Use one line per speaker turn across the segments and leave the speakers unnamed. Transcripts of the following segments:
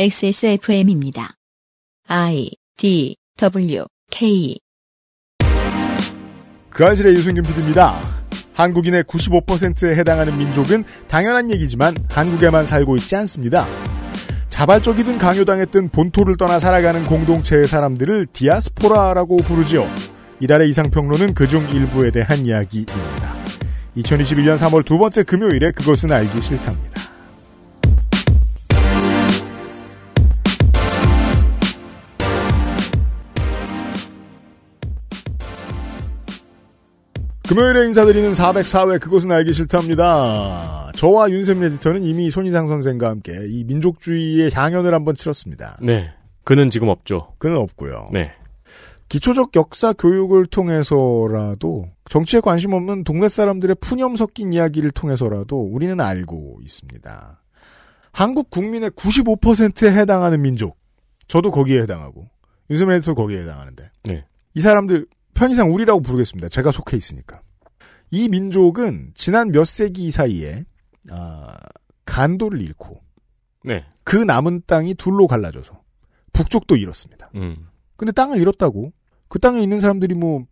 XSFM입니다. I D W K
그 아실의 유승균 PD입니다. 한국인의 95%에 해당하는 민족은 당연한 얘기지만 한국에만 살고 있지 않습니다. 자발적이든 강요당했든 본토를 떠나 살아가는 공동체의 사람들을 디아스포라라고 부르지요. 이달의 이상평론은 그중 일부에 대한 이야기입니다. 2021년 3월 두 번째 금요일에 그것은 알기 싫답니다. 금요일에 인사드리는 404회 그것은 알기 싫답니다. 저와 윤세민 에디터는 이미 손희상 선생과 함께 이 민족주의의 향연을 한번 치렀습니다.
네. 그는 지금 없죠.
그는 없고요.
네.
기초적 역사 교육을 통해서라도 정치에 관심 없는 동네 사람들의 푸념 섞인 이야기를 통해서라도 우리는 알고 있습니다. 한국 국민의 95%에 해당하는 민족. 저도 거기에 해당하고 윤세민 에디터 거기에 해당하는데
네.
이 사람들 편의상 우리라고 부르겠습니다. 제가 속해 있으니까. 이 민족은 지난 몇 세기 사이에 아, 간도를 잃고
네.
그 남은 땅이 둘로 갈라져서 북쪽도 잃었습니다.
음.
근데 땅을 잃었다고 그 땅에 있는 사람들이 뭐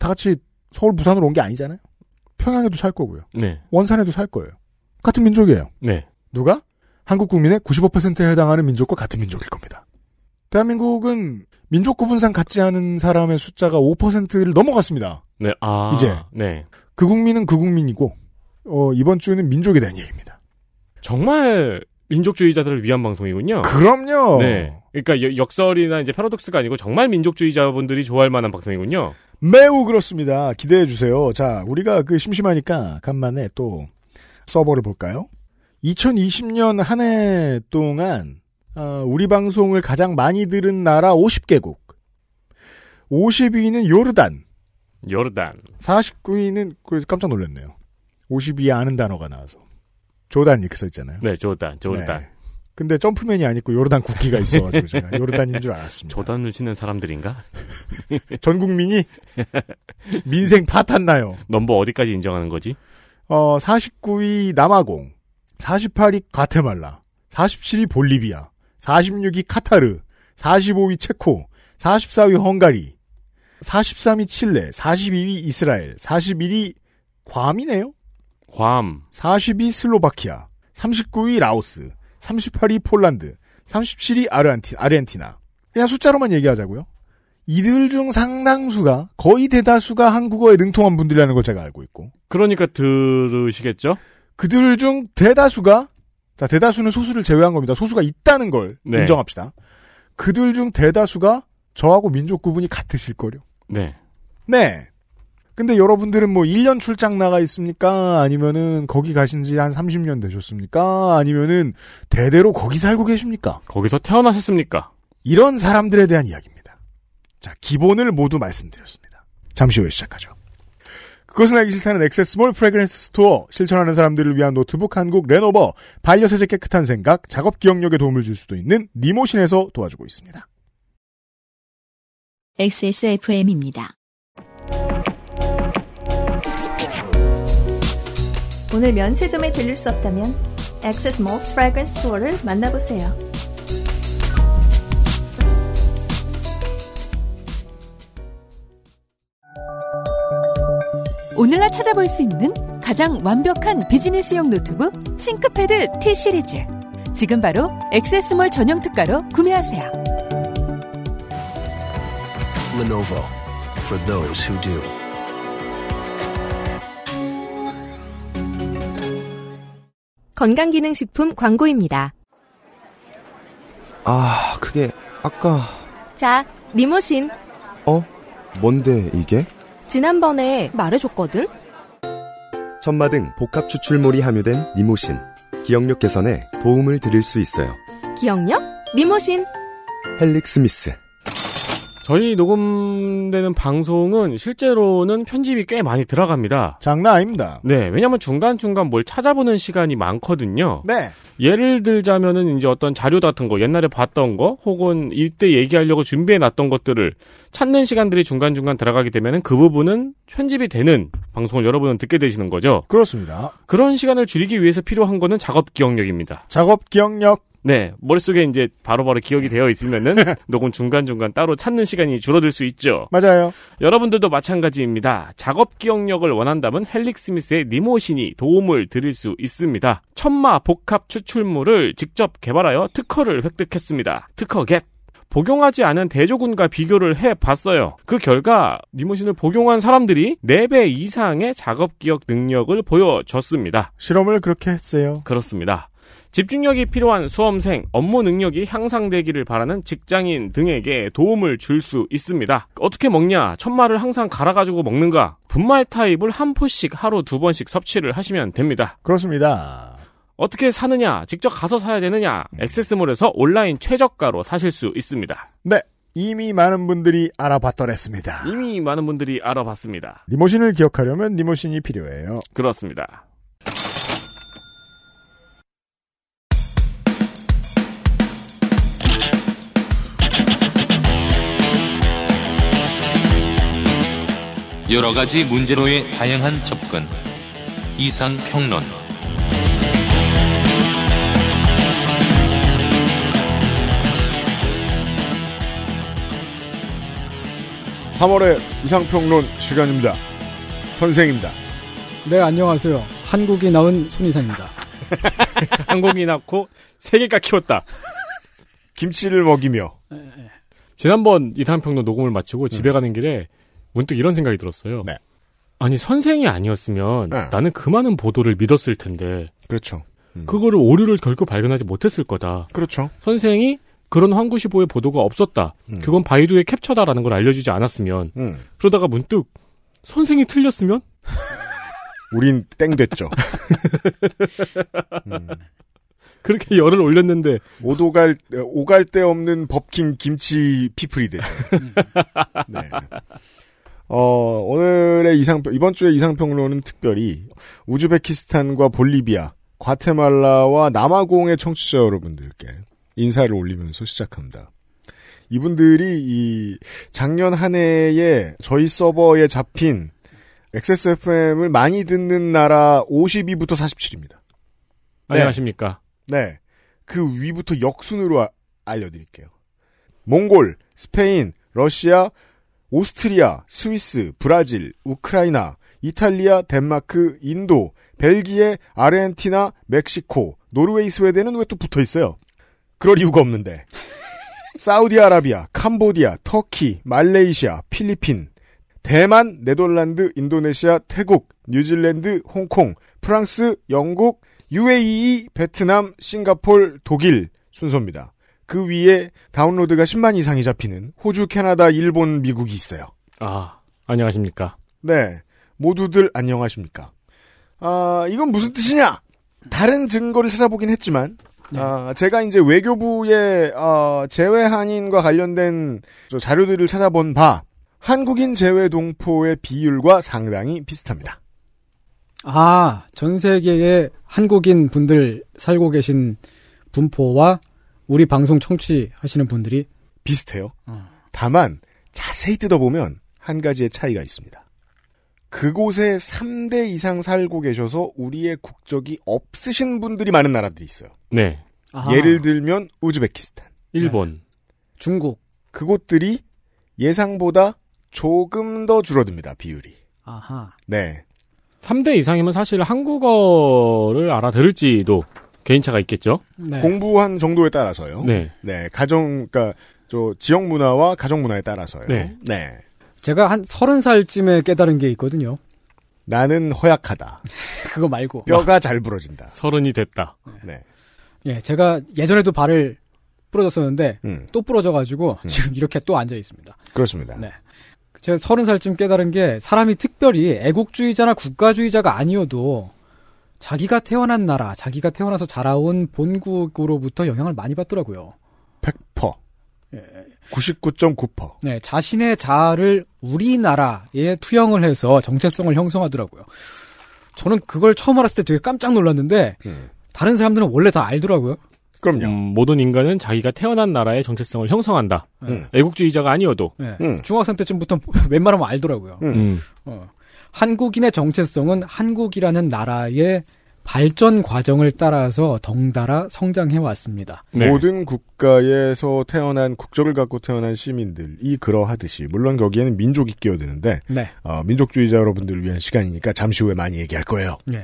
다 같이 서울 부산으로 온 게 아니잖아요. 평양에도 살 거고요.
네.
원산에도 살 거예요. 같은 민족이에요.
네.
누가? 한국 국민의 95%에 해당하는 민족과 같은 민족일 겁니다. 대한민국은 민족 구분상 같지 않은 사람의 숫자가 5%를 넘어갔습니다.
네. 아.
이제.
네.
그 국민은 그 국민이고 어, 이번 주는 민족에 대한 얘기입니다.
정말 민족주의자들을 위한 방송이군요.
그럼요.
어. 네. 그러니까 여- 역설이나 이제 패러독스가 아니고 정말 민족주의자분들이 좋아할 만한 방송이군요.
매우 그렇습니다. 기대해 주세요. 자, 우리가 그 심심하니까 간만에 또 서버를 볼까요? 2020년 한 해 동안 어, 우리 방송을 가장 많이 들은 나라 50개국. 50위는 요르단.
요르단.
49위는 그래서 깜짝 놀랐네요. 50위에 아는 단어가 나와서 조단 이렇게 써 있잖아요.
네, 조단. 조단.
네. 근데 점프맨이 아니고 요르단 국기가 있어가지고 제가 요르단인 줄 알았습니다.
조단을 치는 사람들인가?
전 국민이 민생 파탄나요.
넘버 어디까지 인정하는 거지?
어, 49위 남아공, 48위 과테말라, 47위 볼리비아, 46위 카타르, 45위 체코, 44위 헝가리, 43위 칠레, 42위 이스라엘, 41위 괌이네요.
괌.
40위 슬로바키아, 39위 라오스, 38위 폴란드, 37위 아르헨티, 아르헨티나. 그냥 숫자로만 얘기하자고요. 이들 중 상당수가 거의 대다수가 한국어에 능통한 분들이라는 걸 제가 알고 있고
그러니까 들으시겠죠?
그들 중 대다수가 자 대다수는 소수를 제외한 겁니다. 소수가 있다는 걸
네.
인정합시다. 그들 중 대다수가 저하고 민족 구분이 같으실 거요.
네.
네. 근데 여러분들은 뭐 1년 출장 나가 있습니까? 아니면은 거기 가신 지 한 30년 되셨습니까? 아니면은 대대로 거기 살고 계십니까?
거기서 태어나셨습니까?
이런 사람들에 대한 이야기입니다. 자, 기본을 모두 말씀드렸습니다. 잠시 후에 시작하죠. 그것은 알기 싫다는 액세스몰 프레그랜스 스토어, 실천하는 사람들을 위한 노트북 한국 레노버, 반려세제 깨끗한 생각, 작업 기억력에 도움을 줄 수도 있는 니모신에서 도와주고 있습니다.
XSFM입니다.
오늘 면세점에 들릴 수 없다면 액세스몰 프라그런스 스토어를 만나보세요.
오늘날 찾아볼 수 있는 가장 완벽한 비즈니스용 노트북 싱크패드 T 시리즈. 지금 바로 액세스몰 전용 특가로 구매하세요.
Lenovo for those who do.
건강기능식품 광고입니다.
아, 그게 아까
자, 니모신.
어? 뭔데 이게?
지난번에 말해줬거든?
천마등 복합 추출물이 함유된 니모신. 기억력 개선에 도움을 드릴 수 있어요.
기억력? 니모신.
헬릭 스미스.
저희 녹음되는 방송은 실제로는 편집이 꽤 많이 들어갑니다.
장난 아닙니다.
네, 왜냐면 중간중간 뭘 찾아보는 시간이 많거든요.
네.
예를 들자면은 이제 어떤 자료 같은 거, 옛날에 봤던 거, 혹은 이때 얘기하려고 준비해 놨던 것들을 찾는 시간들이 중간중간 들어가게 되면은 그 부분은 편집이 되는 방송을 여러분은 듣게 되시는 거죠.
그렇습니다.
그런 시간을 줄이기 위해서 필요한 거는 작업 기억력입니다.
작업 기억력
네, 머릿속에 이제 바로바로 기억이 되어 있으면은 녹음 중간중간 따로 찾는 시간이 줄어들 수 있죠.
맞아요.
여러분들도 마찬가지입니다. 작업 기억력을 원한다면 헬릭 스미스의 니모신이 도움을 드릴 수 있습니다. 천마 복합 추출물을 직접 개발하여 특허를 획득했습니다. 특허겟. 복용하지 않은 대조군과 비교를 해봤어요. 그 결과 니모신을 복용한 사람들이 4배 이상의 작업 기억 능력을 보여줬습니다.
실험을 그렇게 했어요.
그렇습니다. 집중력이 필요한 수험생, 업무 능력이 향상되기를 바라는 직장인 등에게 도움을 줄 수 있습니다. 어떻게 먹냐? 천마를 항상 갈아가지고 먹는가? 분말 타입을 한 포씩 하루 두 번씩 섭취를 하시면 됩니다.
그렇습니다.
어떻게 사느냐? 직접 가서 사야 되느냐? 액세스몰에서 온라인 최저가로 사실 수 있습니다.
네. 이미 많은 분들이 알아봤더랬습니다.
이미 많은 분들이 알아봤습니다.
니모신을 기억하려면 니모신이 필요해요.
그렇습니다.
여러 가지 문제로의 다양한 접근. 이상 평론.
삼월의 이상평론 시간입니다. 선생입니다.
네, 안녕하세요. 한국이 낳은 손이상입니다.
한국이 낳고 세계가 키웠다.
김치를 먹이며
지난번 이탄평론 녹음을 마치고 집에 가는 길에 문득 이런 생각이 들었어요.
네.
아니 선생이 아니었으면
네.
나는 그 많은 보도를 믿었을 텐데
그렇죠.
그거를 오류를 결코 발견하지 못했을 거다.
그렇죠.
선생이 그런 황구시보의 보도가 없었다.
음.
그건 바이두의 캡처다라는 걸 알려주지 않았으면
음.
그러다가 문득 선생이 틀렸으면
우린 땡 됐죠. 음.
그렇게 열을
네.
올렸는데
오도갈 오갈 데 없는 법킹 김치 피플이 되죠. 네. 어, 오늘의 이상 이번 주의 이상평론은 특별히 우즈베키스탄과 볼리비아, 과테말라와 남아공의 청취자 여러분들께 인사를 올리면서 시작합니다. 이분들이 이 작년 한 해에 저희 서버에 잡힌 XSFM을 많이 듣는 나라 52부터 47입니다. 네.
안녕하십니까?
네. 그 위부터 역순으로 아- 알려드릴게요. 몽골, 스페인, 러시아, 오스트리아, 스위스, 브라질, 우크라이나, 이탈리아, 덴마크, 인도, 벨기에, 아르헨티나, 멕시코, 노르웨이, 스웨덴은 왜 또 붙어 있어요? 그럴 이유가 없는데. 사우디아라비아, 캄보디아, 터키, 말레이시아, 필리핀, 대만, 네덜란드, 인도네시아, 태국, 뉴질랜드, 홍콩, 프랑스, 영국, UAE, 베트남, 싱가폴, 독일 순서입니다. 그 위에 다운로드가 10만 이상이 잡히는 호주, 캐나다, 일본, 미국이 있어요.
아 안녕하십니까?
네. 모두들 안녕하십니까. 아, 이건 무슨 뜻이냐? 다른 증거를 찾아보긴 했지만, 아, 제가 이제 외교부의, 어, 재외한인과 관련된 저 자료들을 찾아본 바, 한국인 재외 동포의 비율과 상당히 비슷합니다.
아, 전 세계에 한국인 분들 살고 계신 분포와 우리 방송 청취하시는 분들이
비슷해요.
어.
다만, 자세히 뜯어보면 한 가지의 차이가 있습니다. 그곳에 3대 이상 살고 계셔서 우리의 국적이 없으신 분들이 많은 나라들이 있어요.
네
아,
예를 들면, 우즈베키스탄.
일본
중국.
그곳들이 예상보다 조금 더 줄어듭니다, 비율이.
아하.
네.
3대 이상이면 사실 한국어를 알아들을지도 개인차가 있겠죠?
네.
공부한 정도에 따라서요.
네.
네, 가정, 그니까, 저, 지역 문화와 가정 문화에 따라서요.
네.
네.
제가 한 서른 살쯤에 깨달은 게 있거든요.
나는 허약하다.
그거 말고.
뼈가 잘 부러진다.
서른이 됐다. 음,
네.
예, 제가 예전에도 발을 부러졌었는데
음,
또 부러져가지고 지금 이렇게 또 앉아 있습니다.
그렇습니다.
네. 제가 서른 살쯤 깨달은 게 사람이 특별히 애국주의자나 국가주의자가 아니어도 자기가 태어난 나라, 자기가 태어나서 자라온 본국으로부터 영향을 많이 받더라고요.
100%.
예.
99.9%.
네, 자신의 자아를 우리나라에 투영을 해서 정체성을 형성하더라고요. 저는 그걸 처음 알았을 때 되게 깜짝 놀랐는데
음.
다른 사람들은 원래 다 알더라고요.
그럼요.
음, 모든 인간은 자기가 태어난 나라의 정체성을 형성한다.
음.
애국주의자가 아니어도.
네,
음.
중학생 때쯤부터 웬만하면 알더라고요.
음.
음.
어. 한국인의 정체성은 한국이라는 나라의 발전 과정을 따라서 덩달아 성장해 왔습니다.
네.
모든 국가에서 태어난 국적을 갖고 태어난 시민들이 그러하듯이 물론 거기에는 민족이 끼어드는데
네.
어, 민족주의자 여러분들을 위한 시간이니까 잠시 후에 많이 얘기할 거예요.
네.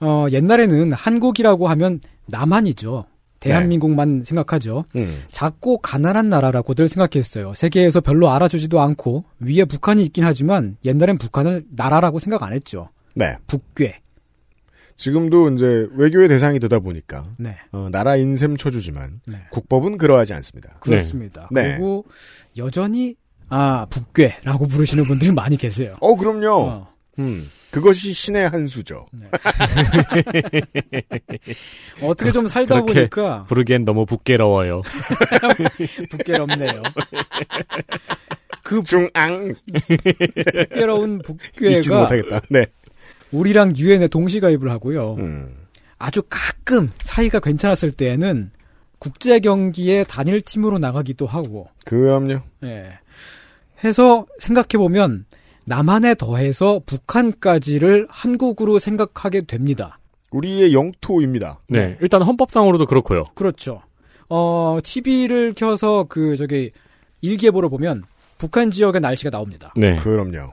어, 옛날에는 한국이라고 하면 남한이죠.
네.
대한민국만 생각하죠.
음.
작고 가난한 나라라고들 생각했어요. 세계에서 별로 알아주지도 않고 위에 북한이 있긴 하지만 옛날엔 북한을 나라라고 생각 안 했죠.
네.
북괴.
지금도 이제 외교의 대상이 되다 보니까
네.
어, 나라 인셈 쳐주지만 국법은 그러하지 않습니다.
그렇습니다.
네.
그리고 여전히 아 북괴라고 부르시는 분들이 많이 계세요.
어 그럼요. 음, 그것이 신의 한 수죠.
어떻게 좀 살다
그렇게
보니까
부르기엔 너무 부끄러워요.
북괴롭네요.
그 중앙
북괴로운
잊지
북괴가
못하겠다. 네.
우리랑 유엔에 동시가입을 하고요.
음.
아주 가끔 사이가 괜찮았을 때에는 국제 경기에 단일 팀으로 나가기도 하고
그럼요.
예. 해서 생각해 보면 남한에 더해서 북한까지를 한국으로 생각하게 됩니다.
우리의 영토입니다.
네. 일단 헌법상으로도 그렇고요.
그렇죠. 어, TV를 켜서 그 저기 일기예보를 보면 북한 지역의 날씨가 나옵니다.
네.
그럼요.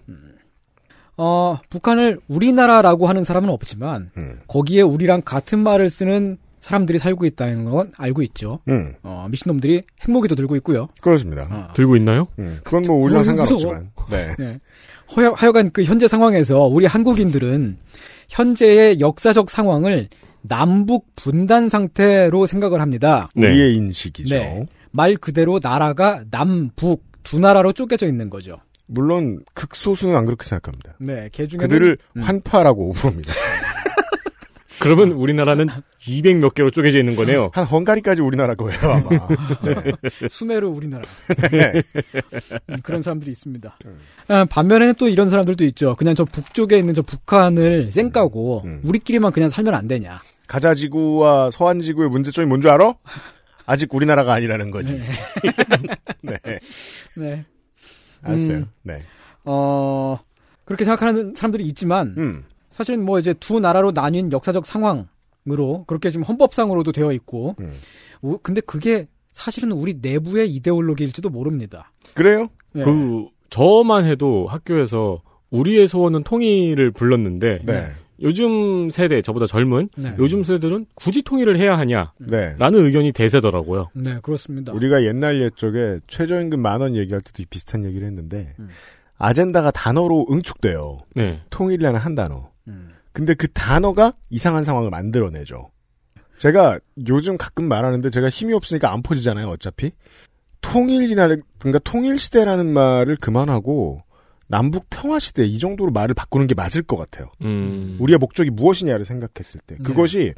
어, 북한을 우리나라라고 하는 사람은 없지만
음.
거기에 우리랑 같은 말을 쓰는 사람들이 살고 있다는 건 알고 있죠.
음.
어, 미친놈들이 핵무기도 들고 있고요.
그렇습니다.
들고 있나요?
음, 그건 뭐 우리랑
그건 어, 무서워.
상관없지만. 네.
네. 허여, 하여간 그 현재 상황에서 우리 한국인들은 현재의 역사적 상황을 남북 분단 상태로 생각을 합니다.
네.
우리의 인식이죠.
네. 말 그대로 나라가 남북 두 나라로 쪼개져 있는 거죠.
물론 극소수는 안 그렇게 생각합니다.
네, 개 중에는
그들을 환파라고 부릅니다.
그러면 우리나라는 200 몇 개로 쪼개져 있는 거네요.
한 헝가리까지 우리나라 거예요 아마.
수메르 우리나라
네. 음.
음, 그런 사람들이 있습니다. 아, 반면에는 또 이런 사람들도 있죠. 그냥 저 북쪽에 있는 저 북한을 쌩까고
음.
우리끼리만 그냥 살면 안 되냐.
가자지구와 서한지구의 문제점이 뭔 줄 알아? 아직 우리나라가 아니라는 거지. 네.
네.
알았어요.
음.
네.
어, 그렇게 생각하는 사람들이 있지만
음.
사실은 뭐 이제 두 나라로 나뉜 역사적 상황으로 그렇게 지금 헌법상으로도 되어 있고
음.
우- 근데 그게 사실은 우리 내부의 이데올로기일지도 모릅니다.
그래요?
예.
그 저만 해도 학교에서 우리의 소원은 통일을 불렀는데
네.
요즘 세대 저보다 젊은
네.
요즘 세대들은 굳이 통일을 해야 하냐라는
네.
의견이 대세더라고요.
네, 그렇습니다.
우리가 옛날 옛적에 최저임금 만 원 얘기할 때도 비슷한 얘기를 했는데
음.
아젠다가 단어로 응축돼요.
네.
통일이라는 한 단어.
음.
근데 그 단어가 이상한 상황을 만들어내죠. 제가 요즘 가끔 말하는데 제가 힘이 없으니까 안 퍼지잖아요, 어차피. 통일이나, 그러니까 통일시대라는 말을 그만하고, 남북 평화시대 이 정도로 말을 바꾸는 게 맞을 것 같아요.
음.
우리의 목적이 무엇이냐를 생각했을 때. 그것이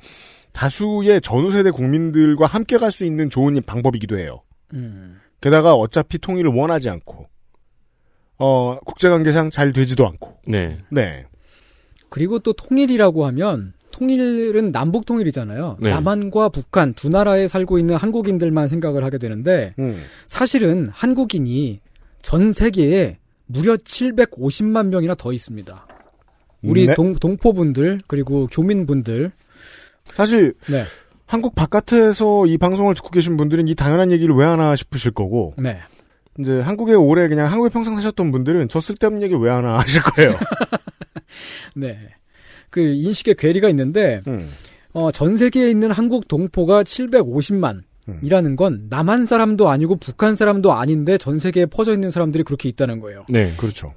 다수의 전후세대 국민들과 함께 갈 수 있는 좋은 방법이기도 해요.
음.
게다가 어차피 통일을 원하지 않고, 어, 국제관계상 잘 되지도 않고,
네.
네.
그리고 또 통일이라고 하면 통일은 남북 통일이잖아요.
네.
남한과 북한 두 나라에 살고 있는 한국인들만 생각을 하게 되는데
음.
사실은 한국인이 전 세계에 무려 750만 명이나 더 있습니다. 우리
네.
동, 동포분들 그리고 교민분들
사실
네.
한국 바깥에서 이 방송을 듣고 계신 분들은 이 당연한 얘기를 왜 하나 싶으실 거고
네.
이제 한국에 오래 그냥 한국에 평생 사셨던 분들은 저 쓸데없는 얘기를 왜 하나 하실 거예요.
네. 그 인식의 괴리가 있는데
음.
어, 전 세계에 있는 한국 동포가 750만
음.
이라는 건 남한 사람도 아니고 북한 사람도 아닌데 전 세계에 퍼져 있는 사람들이 그렇게 있다는 거예요.
네.
그렇죠.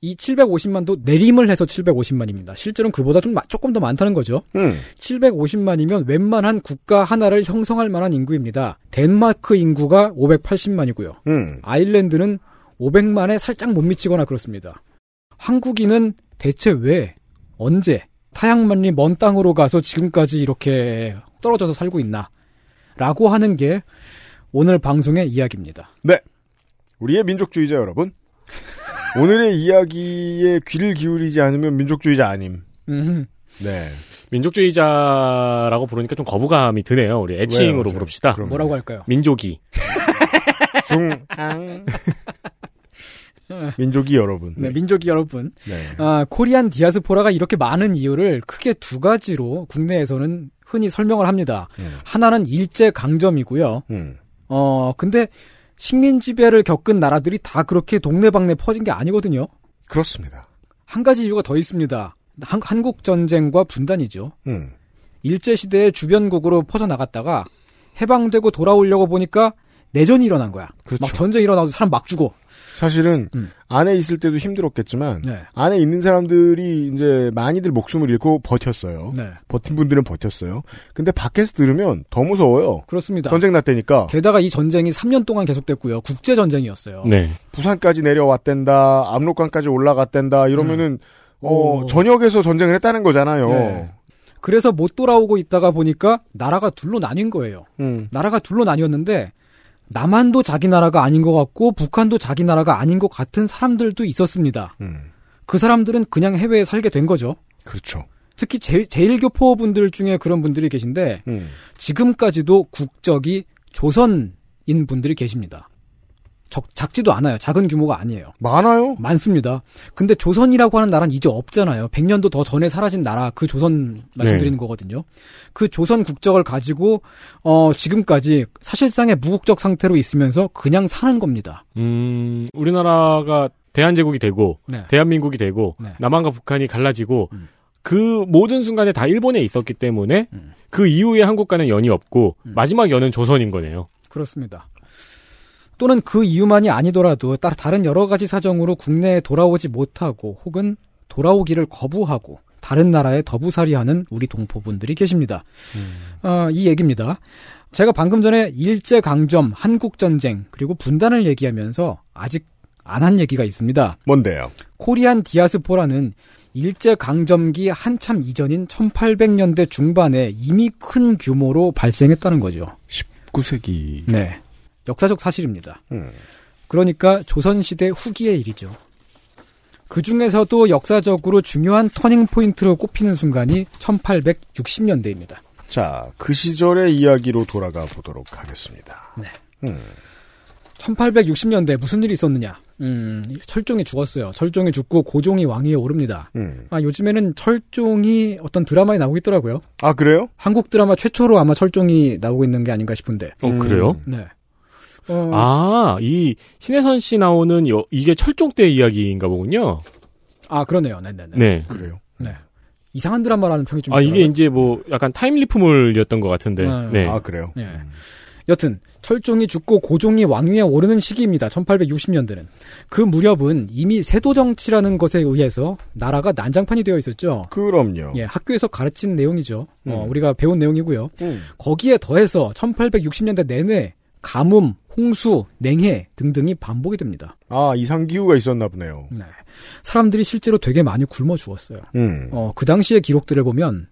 이 750만도 내림을 해서 750만입니다. 실제로는 그보다 좀 마- 조금 더 많다는 거죠.
음.
750만이면 웬만한 국가 하나를 형성할 만한 인구입니다. 덴마크 인구가 580만이고요.
음.
아일랜드는 500만에 살짝 못 미치거나 그렇습니다. 한국인은 대체 왜, 언제, 타양만리 먼 땅으로 가서 지금까지 이렇게 떨어져서 살고 있나? 라고 하는 게 오늘 방송의 이야기입니다.
우리의 민족주의자 여러분. 오늘의 이야기에 귀를 기울이지 않으면 민족주의자 아님.
음,
네.
민족주의자라고 부르니까 좀 거부감이 드네요. 우리
왜요?
그렇죠.
애칭으로
저-
부릅시다.
그럼요.
뭐라고 할까요?
민족이.
중앙. 민족이 여러분.
네, 민족이 여러분.
네.
아, 코리안 디아스포라가 이렇게 많은 이유를 크게 두 가지로 국내에서는 흔히 설명을 합니다.
음.
하나는 일제 강점이고요.
음.
어, 근데 식민 지배를 겪은 나라들이 다 그렇게 동네방네 퍼진 게 아니거든요.
그렇습니다.
한 가지 이유가 더 있습니다. 한, 한국 전쟁과 분단이죠.
음.
일제 시대의 주변국으로 퍼져 나갔다가 해방되고 돌아오려고 보니까 내전이 일어난 거야.
그렇죠.
막 전쟁 일어나고 사람 막 죽어.
사실은
음.
안에 있을 때도 힘들었겠지만
네.
안에 있는 사람들이 이제 많이들 목숨을 잃고 버텼어요.
네.
버틴 분들은 버텼어요. 근데 밖에서 들으면 더 무서워요.
그렇습니다.
전쟁 났다니까
게다가 이 전쟁이 3년 동안 계속됐고요. 국제 전쟁이었어요.
네.
부산까지 내려왔댄다, 압록강까지 올라갔댄다 이러면은 어,
오.
전역에서 전쟁을 했다는 거잖아요.
네. 그래서 못 돌아오고 있다가 보니까 나라가 둘로 나뉜 거예요.
음.
나라가 둘로 나뉘었는데 남한도 자기 나라가 아닌 것 같고 북한도 자기 나라가 아닌 것 같은 사람들도 있었습니다.
음.
그 사람들은 그냥 해외에 살게 된 거죠.
그렇죠.
특히 제, 제일교포 분들 중에 그런 분들이 계신데
음.
지금까지도 국적이 조선인 분들이 계십니다. 적, 작지도 않아요. 작은 규모가 아니에요.
많아요.
많습니다. 근데 조선이라고 하는 나라는 이제 없잖아요. 100년도 더 전에 사라진 나라, 그 조선 말씀드리는 거거든요. 그 조선 국적을 가지고, 어, 지금까지 사실상의 무국적 상태로 있으면서 그냥 사는 겁니다.
음, 우리나라가 대한제국이 되고
네.
대한민국이 되고
네.
남한과 북한이 갈라지고
음.
그 모든 순간에 다 일본에 있었기 때문에
음.
그 이후에 한국과는 연이 없고
음.
마지막 연은 조선인 거네요.
그렇습니다. 또는 그 이유만이 아니더라도 따라 다른 여러 가지 사정으로 국내에 돌아오지 못하고 혹은 돌아오기를 거부하고 다른 나라에 더부살이하는 우리 동포분들이 계십니다. 어, 이 얘기입니다. 제가 방금 전에 일제 강점, 한국 전쟁 그리고 분단을 얘기하면서 아직 안 한 얘기가 있습니다.
뭔데요?
코리안 디아스포라는 일제 강점기 한참 이전인 1800년대 중반에 이미 큰 규모로 발생했다는 거죠.
19세기.
네. 역사적 사실입니다.
음.
그러니까 조선시대 후기의 일이죠. 그 중에서도 역사적으로 중요한 터닝포인트로 꼽히는 순간이 1860년대입니다.
자, 그 시절의 이야기로 돌아가 보도록 하겠습니다.
1860년대 무슨 일이 있었느냐? 음, 철종이 죽었어요. 철종이 죽고 고종이 왕위에 오릅니다.
음.
아, 요즘에는 철종이 어떤 드라마에 나오고 있더라고요.
아, 그래요?
한국 드라마 최초로 아마 철종이 나오고 있는 게 아닌가 싶은데.
어,
음.
그래요?
네. 어,
아, 이 신혜선 씨 나오는 여- 이게 철종 때 이야기인가 보군요.
아, 그러네요. 네네네.
네.
그래요.
이상한 드라마라는 평이 좀
아, 이게
있더라고요.
이제 뭐 약간 타임리프물이었던 것 같은데.
네.
네.
아, 그래요.
예.
음.
여튼 철종이 죽고 고종이 왕위에 오르는 시기입니다. 1860년대는 그 무렵은 이미 세도 정치라는 것에 의해서 나라가 난장판이 되어 있었죠.
그럼요.
예, 학교에서 가르친 내용이죠. 어,
그렇죠. 음.
우리가 배운 내용이고요.
음.
거기에 더해서 1860년대 내내 가뭄, 홍수, 냉해 등등이 반복이 됩니다.
아, 이상기후가 있었나 보네요.
네. 사람들이 실제로 되게 많이 굶어 죽었어요.
음.
어, 그 당시의 기록들을 보면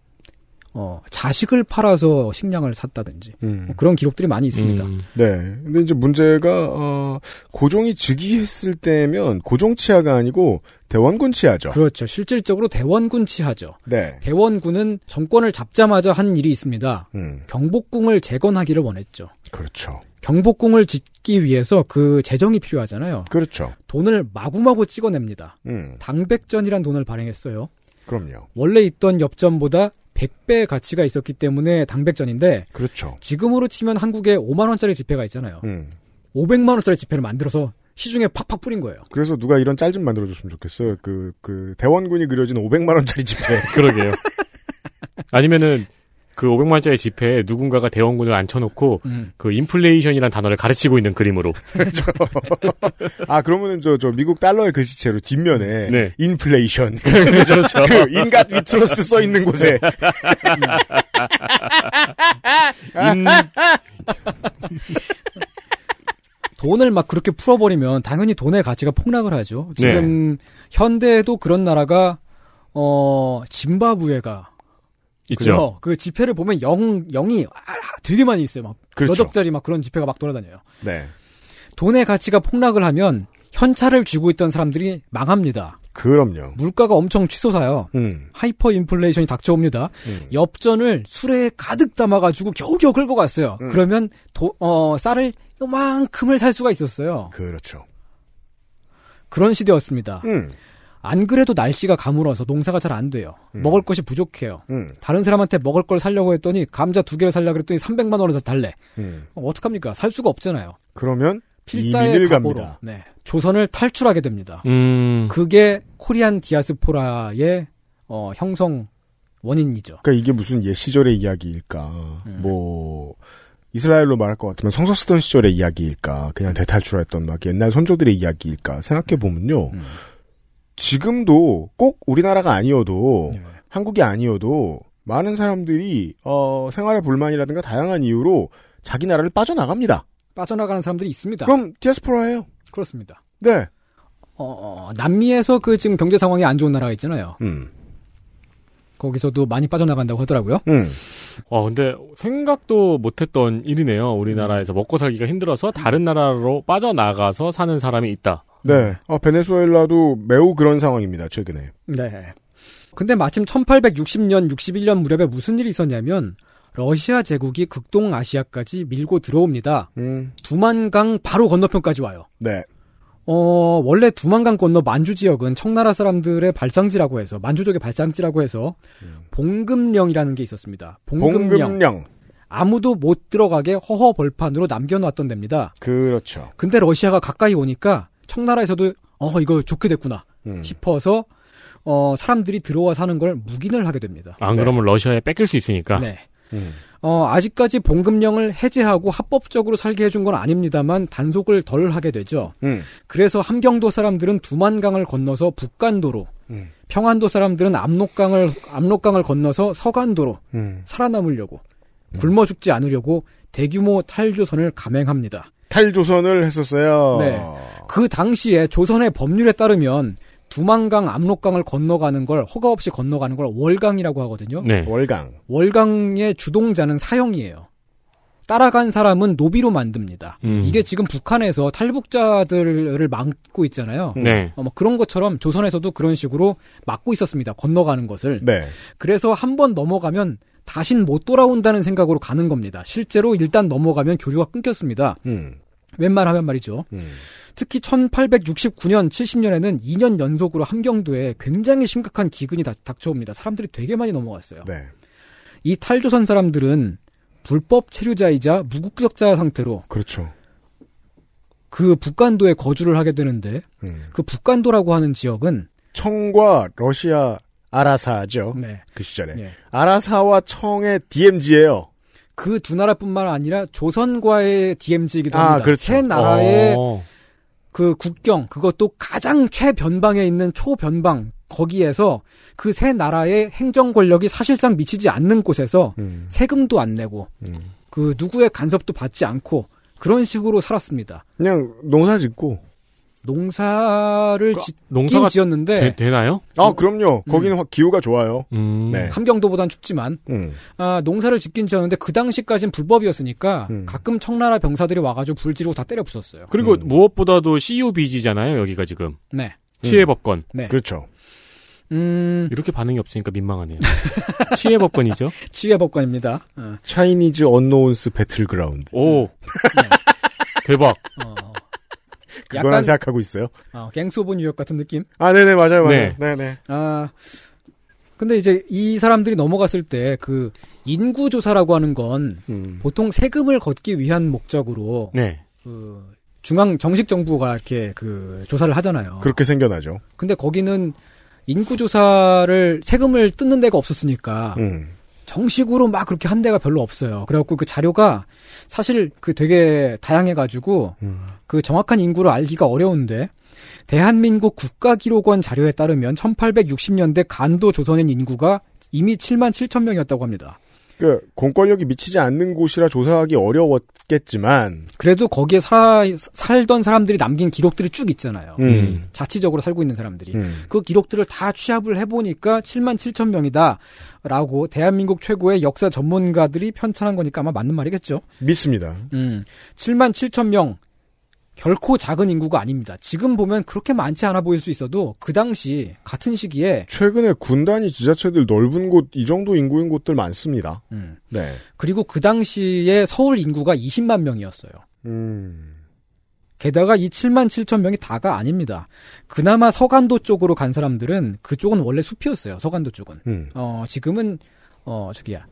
어, 자식을 팔아서 식량을 샀다든지
음.
뭐 그런 기록들이 많이 있습니다.
음.
네. 근데 이제 문제가 어, 고종이 즉위했을 때면 고종 치하가 아니고 대원군 치하죠.
그렇죠. 실질적으로 대원군 치하죠.
네.
대원군은 정권을 잡자마자 한 일이 있습니다.
음.
경복궁을 재건하기를 원했죠.
그렇죠.
경복궁을 짓기 위해서 그 재정이 필요하잖아요.
그렇죠.
돈을 마구마구 찍어냅니다.
음.
당백전이란 돈을 발행했어요.
그럼요.
원래 있던 엽전보다 100배의 가치가 있었기 때문에 당백전인데
그렇죠.
지금으로 치면 한국에 5만 원짜리 지폐가 있잖아요.
음.
500만 원짜리 지폐를 만들어서 시중에 팍팍 뿌린 거예요.
그래서 누가 이런 짤 좀 만들어줬으면 좋겠어요. 그, 그, 대원군이 그려진 500만 원짜리 지폐.
그러게요. 아니면은 그 500만원짜리 지폐에 누군가가 대원군을 앉혀놓고
음.
그 인플레이션이란 단어를 가르치고 있는 그림으로.
아, 그러면은 저, 저 미국 달러의 글씨체로 뒷면에
네.
인플레이션. 그렇죠. 그 인간 위트러스트 써 있는 곳에
음.
인,
돈을 막 그렇게 풀어버리면 당연히 돈의 가치가 폭락을 하죠. 지금 현대에도 그런 나라가 어 짐바브웨가
있죠.
그죠? 그 지폐를 보면 영 영이 아, 되게 많이 있어요. 막
그렇죠.
여적짜리 막 그런 지폐가 막 돌아다녀요.
네.
돈의 가치가 폭락을 하면 현찰을 쥐고 있던 사람들이 망합니다.
그럼요.
물가가 엄청 치솟아요.
음.
하이퍼 인플레이션이 닥쳐옵니다.
음.
엽전을 수레에 가득 담아가지고 겨우겨우 끌고 갔어요.
음.
그러면 도- 어, 쌀을 요만큼을 살 수가 있었어요.
그렇죠.
그런 시대였습니다.
음.
안 그래도 날씨가 가물어서 농사가 잘 안 돼요.
음.
먹을 것이 부족해요.
음.
다른 사람한테 먹을 걸 살려고 했더니 감자 두 개를 살려고 했더니 300만 원을 더 달래.
음.
어, 어떡합니까? 살 수가 없잖아요.
그러면
필사의
이민을
각오로
갑니다.
네, 조선을 탈출하게 됩니다.
음.
그게 코리안 디아스포라의 어, 형성 원인이죠.
그러니까 이게 무슨 옛 시절의 이야기일까? 뭐 이스라엘로 말할 것 같으면 성서 쓰던 시절의 이야기일까? 그냥 대탈출했던 막 옛날 선조들의 이야기일까? 생각해 보면요.
음.
지금도 꼭 우리나라가 아니어도
네.
한국이 아니어도 많은 사람들이 어, 생활의 불만이라든가 다양한 이유로 자기 나라를 빠져나갑니다.
빠져나가는 사람들이 있습니다.
그럼 디아스포라예요.
그렇습니다.
네.
어, 어, 남미에서 그 지금 경제 상황이 안 좋은 나라가 있잖아요.
음.
거기서도 많이 빠져나간다고 하더라고요.
음.
어, 근데 생각도 못했던 일이네요. 우리나라에서 먹고 살기가 힘들어서 다른 나라로 빠져나가서 사는 사람이 있다.
음.
네. 어, 베네수엘라도 매우 그런 상황입니다. 최근에.
네. 근데 마침 1860년, 61년 무렵에 무슨 일이 있었냐면 러시아 제국이 극동아시아까지 밀고 들어옵니다.
음.
두만강 바로 건너편까지 와요.
네.
어, 원래 두만강 건너 만주 지역은 청나라 사람들의 발상지라고 해서 만주족의 발상지라고 해서 봉금령이라는 게 있었습니다. 봉금령.
봉금령.
아무도 못 들어가게 허허 벌판으로 남겨 놨던 데입니다.
그렇죠.
근데 러시아가 가까이 오니까 청나라에서도 어, 이거 좋게 됐구나
음.
싶어서 어, 사람들이 들어와 사는 걸 묵인을 하게 됩니다.
안 그러면 러시아에 뺏길 수 있으니까.
네.
음.
어, 아직까지 봉금령을 해제하고 합법적으로 살게 해준 건 아닙니다만 단속을 덜 하게 되죠.
음.
그래서 함경도 사람들은 두만강을 건너서 북간도로,
음.
평안도 사람들은 압록강을 압록강을 건너서 서간도로
음.
살아남으려고 굶어 죽지 않으려고 대규모 탈조선을 감행합니다.
탈조선을 했었어요.
네. 그 당시에 조선의 법률에 따르면 두만강, 압록강을 건너가는 걸 허가 없이 건너가는 걸 월강이라고 하거든요.
네.
월강.
월강의 주동자는 사형이에요. 따라간 사람은 노비로 만듭니다.
음.
이게 지금 북한에서 탈북자들을 막고 있잖아요.
음.
네.
어, 뭐 그런 것처럼 조선에서도 그런 식으로 막고 있었습니다. 건너가는 것을.
네.
그래서 한 번 넘어가면 다신 못 돌아온다는 생각으로 가는 겁니다. 실제로 일단 넘어가면 교류가 끊겼습니다.
음.
웬만하면 말이죠.
음.
특히 1869년, 70년에는 2년 연속으로 함경도에 굉장히 심각한 기근이 다- 닥쳐옵니다. 사람들이 되게 많이 넘어갔어요.
네.
이 탈조선 사람들은 불법 체류자이자 무국적자 상태로
그렇죠.
그 북간도에 거주를 하게 되는데
음.
그 북간도라고 하는 지역은
청과 러시아 아라사죠.
네.
그 시절에.
예.
아라사와 청의 DMZ예요.
그 두 나라뿐만 아니라 조선과의 DMZ이기도
아,
합니다.
그렇죠.
세 나라의
어.
그 국경 그것도 가장 최변방에 있는 초변방 거기에서 그 세 나라의 행정 권력이 사실상 미치지 않는 곳에서
음.
세금도 안 내고
음.
그 누구의 간섭도 받지 않고 그런 식으로 살았습니다.
그냥 농사 짓고.
농사를
그러니까
짓
그 농사가
지었는데
되, 되나요?
아, 그럼요. 거기는 확- 기후가 좋아요.
음.
네.
함경도보단 춥지만
음.
아, 농사를 짓긴 지었는데 그 당시까진 불법이었으니까
음.
가끔 청나라 병사들이 와가지고 불 지르고 다 때려 부쉈어요.
그리고
음.
무엇보다도 CUBG잖아요, 여기가 지금.
네,
치해법권.
네.
그렇죠.
음,
이렇게 반응이 없으니까 민망하네요. 치해법권이죠?
치외법관입니다. 어,
차이니즈 언노운스 배틀그라운드.
오.
네.
대박.
어.
그거나
약간
생각하고 있어요.
어, 갱수본 유역 같은 느낌.
아, 네네, 맞아요, 맞아요.
네.
네. 네
아, 근데 이제 이 사람들이 넘어갔을 때 그 인구 조사라고 하는 건
음.
보통 세금을 걷기 위한 목적으로
네.
그 중앙 정식 정부가 이렇게 그 조사를 하잖아요.
그렇게 생겨나죠.
근데 거기는 인구 조사를 세금을 뜯는 데가 없었으니까
음.
정식으로 막 그렇게 한 데가 별로 없어요. 그래갖고 그 자료가 사실 그 되게 다양해가지고
음.
그 정확한 인구를 알기가 어려운데 대한민국 국가기록원 자료에 따르면 1860년대 간도 조선인 인구가 이미 7만 7천 명이었다고 합니다.
그, 공권력이 미치지 않는 곳이라 조사하기 어려웠겠지만,
그래도 거기에 사, 살던 사람들이 남긴 기록들이 쭉 있잖아요.
음.
자치적으로 살고 있는 사람들이.
음.
그 기록들을 다 취합을 해보니까 7만 7천 명이다. 라고 대한민국 최고의 역사 전문가들이 편찬한 거니까 아마 맞는 말이겠죠.
믿습니다.
음, 7만 7천 명. 결코 작은 인구가 아닙니다. 지금 보면 그렇게 많지 않아 보일 수 있어도 그 당시 같은 시기에
최근에 군단이 지자체들 넓은 곳, 이 정도 인구인 곳들 많습니다.
음,
네.
그리고 그 당시에 서울 인구가 20만 명이었어요.
음.
게다가 이 7만 7천 명이 다가 아닙니다. 그나마 서간도 쪽으로 간 사람들은 그쪽은 원래 숲이었어요. 서간도 쪽은.
음.
어, 지금은 어, 저기야.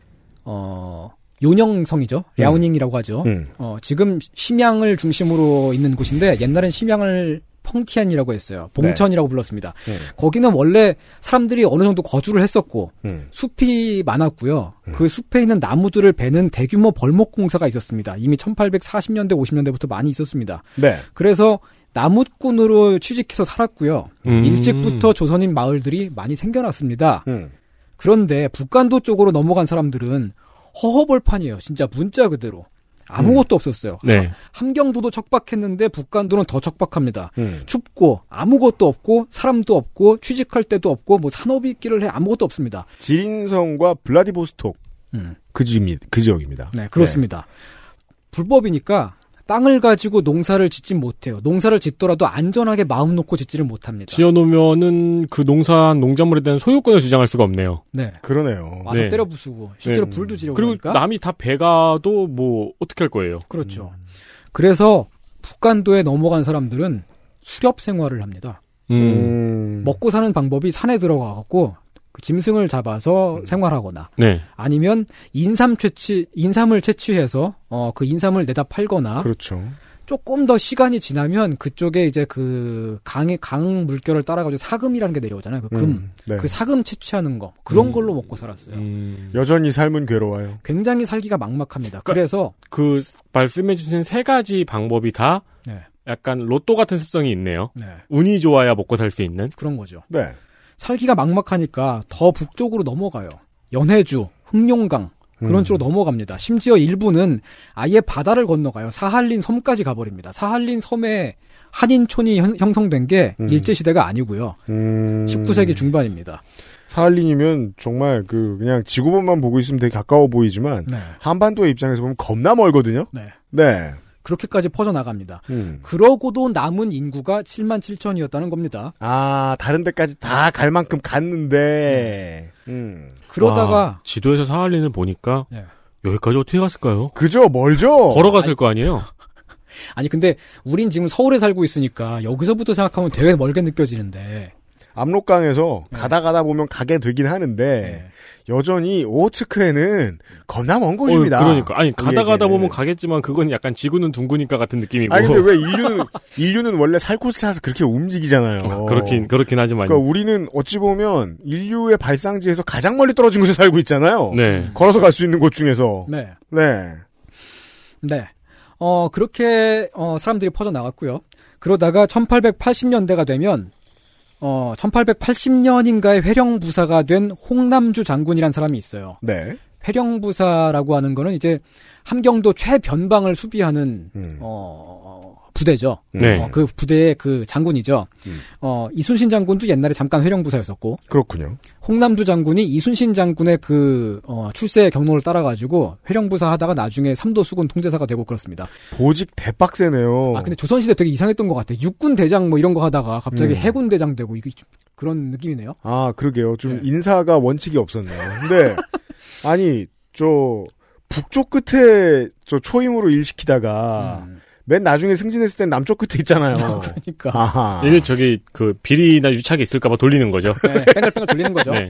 어, 요녕성이죠. 랴오닝이라고 하죠.
음.
어, 지금 심양을 중심으로 있는 곳인데 옛날엔 심양을 펑티안이라고 했어요. 봉천이라고 불렀습니다. 거기는 원래 사람들이 어느 정도 거주를 했었고
음.
숲이 많았고요. 그 숲에 있는 나무들을 베는 대규모 벌목 공사가 있었습니다. 이미 1840년대 50년대부터 많이 있었습니다.
네.
그래서 나무꾼으로 취직해서 살았고요.
음.
일찍부터 조선인 마을들이 많이 생겨났습니다.
음.
그런데 북간도 쪽으로 넘어간 사람들은 허허벌판이에요. 진짜 문자 그대로.
음.
아무것도 없었어요.
네.
함경도도 척박했는데 북간도는 더 척박합니다.
음.
춥고 아무것도 없고 사람도 없고 취직할 데도 없고 뭐 산업이 있기를 해 아무것도 없습니다.
지린성과 블라디보스톡
음.
그 지역입니다. 그 지역입니다.
네, 그렇습니다. 불법이니까 땅을 가지고 농사를 짓진 못해요. 농사를 짓더라도 안전하게 마음 놓고 짓지를 못합니다.
지어놓으면은 그 농산 농작물에 대한 소유권을 주장할 수가 없네요.
네.
그러네요.
와서
네.
때려 부수고 실제로
네.
불도 지르고
그리고
그러니까.
남이 다 배가도 뭐 어떻게 할 거예요?
그렇죠.
음.
그래서 북간도에 넘어간 사람들은 수렵 생활을 합니다.
음.
음.
먹고 사는 방법이 산에 들어가 갖고 그 짐승을 잡아서
음.
생활하거나
네.
아니면 인삼 채취 인삼을 채취해서 어, 그 인삼을 내다 팔거나
그렇죠.
조금 더 시간이 지나면 그쪽에 이제 그 강의 강 물결을 따라가지고 사금이라는 게 내려오잖아요. 그 금.
음, 네.
그 사금 채취하는 거 그런
음.
걸로 먹고 살았어요.
음.
여전히 삶은 괴로워요.
굉장히 살기가
그러니까
막막합니다. 그래서
그 말씀해 주신 세 가지 방법이 다
네.
약간 로또 같은 습성이 있네요.
네,
운이 좋아야 먹고 살 수 있는.
그런 거죠.
네.
살기가 막막하니까 더 북쪽으로 넘어가요. 연해주, 흑룡강 그런
음.
쪽으로 넘어갑니다. 심지어 일부는 아예 바다를 건너가요. 사할린 섬까지 가버립니다. 사할린 섬에 한인촌이 형- 형성된 게
음.
일제 시대가 아니고요.
음.
19세기 중반입니다.
사할린이면 정말 그 그냥 지구본만 보고 있으면 되게 가까워 보이지만
네.
한반도의 입장에서 보면 겁나 멀거든요.
네.
네.
그렇게까지 퍼져 나갑니다.
음.
그러고도 남은 인구가 7만 7천이었다는 겁니다.
아 다른 데까지 다 갈 만큼 갔는데 음.
그러다가
와, 지도에서 사할린을 보니까
네.
여기까지 어떻게 갔을까요?
그죠 멀죠.
걸어갔을 거 아니에요?
아니 근데 우린 지금 서울에 살고 있으니까 여기서부터 생각하면 되게 멀게 느껴지는데
압록강에서 가다 가다 보면 가게 되긴 하는데 여전히 오호츠크에는 겁나 먼 곳입니다.
어, 그러니까 아니
네. 그
가다 가다
얘기는.
보면 가겠지만 그건 약간 지구는 둥그니까 같은 느낌이고.
아니 근데 왜 인류는 인류는 원래 살코스에서 그렇게 움직이잖아요.
그렇긴 그렇긴 하지만.
어. 그러니까 우리는 어찌 보면 인류의 발상지에서 가장 멀리 떨어진 곳에 살고 있잖아요.
네.
음. 걸어서 갈 수 있는 곳 중에서.
네.
네.
네. 어, 그렇게, 어, 사람들이 퍼져나갔고요. 그러다가 1880년대가 되면, 어, 1880년인가에 회령부사가 된 홍남주 장군이란 사람이 있어요.
네.
회령부사라고 하는 거는 이제 함경도 최변방을 수비하는,
음.
어, 부대죠.
네.
어, 그 부대의 그 장군이죠.
음.
어, 이순신 장군도 옛날에 잠깐 회령부사였었고,
그렇군요.
홍남주 장군이 이순신 장군의 그, 어, 출세 경로를 따라가지고 회령부사 하다가 나중에 삼도수군 통제사가 되고 그렇습니다.
보직 대빡세네요.
아 근데 조선시대 되게 이상했던 것 같아. 요 육군 대장 뭐 이런 거 하다가 갑자기
음.
해군 대장 되고 이게 좀 그런 느낌이네요.
아, 그러게요. 좀
네.
인사가 원칙이 없었네요. 근데 아니 저 북쪽 끝에 저 초임으로 일시키다가
음,
맨 나중에 승진했을 땐 남쪽 끝에 있잖아요.
그러니까
아하.
이게 저기 그 비리나 유착이 있을까봐 돌리는 거죠.
네, 뺑글뺑글 돌리는 거죠.
네.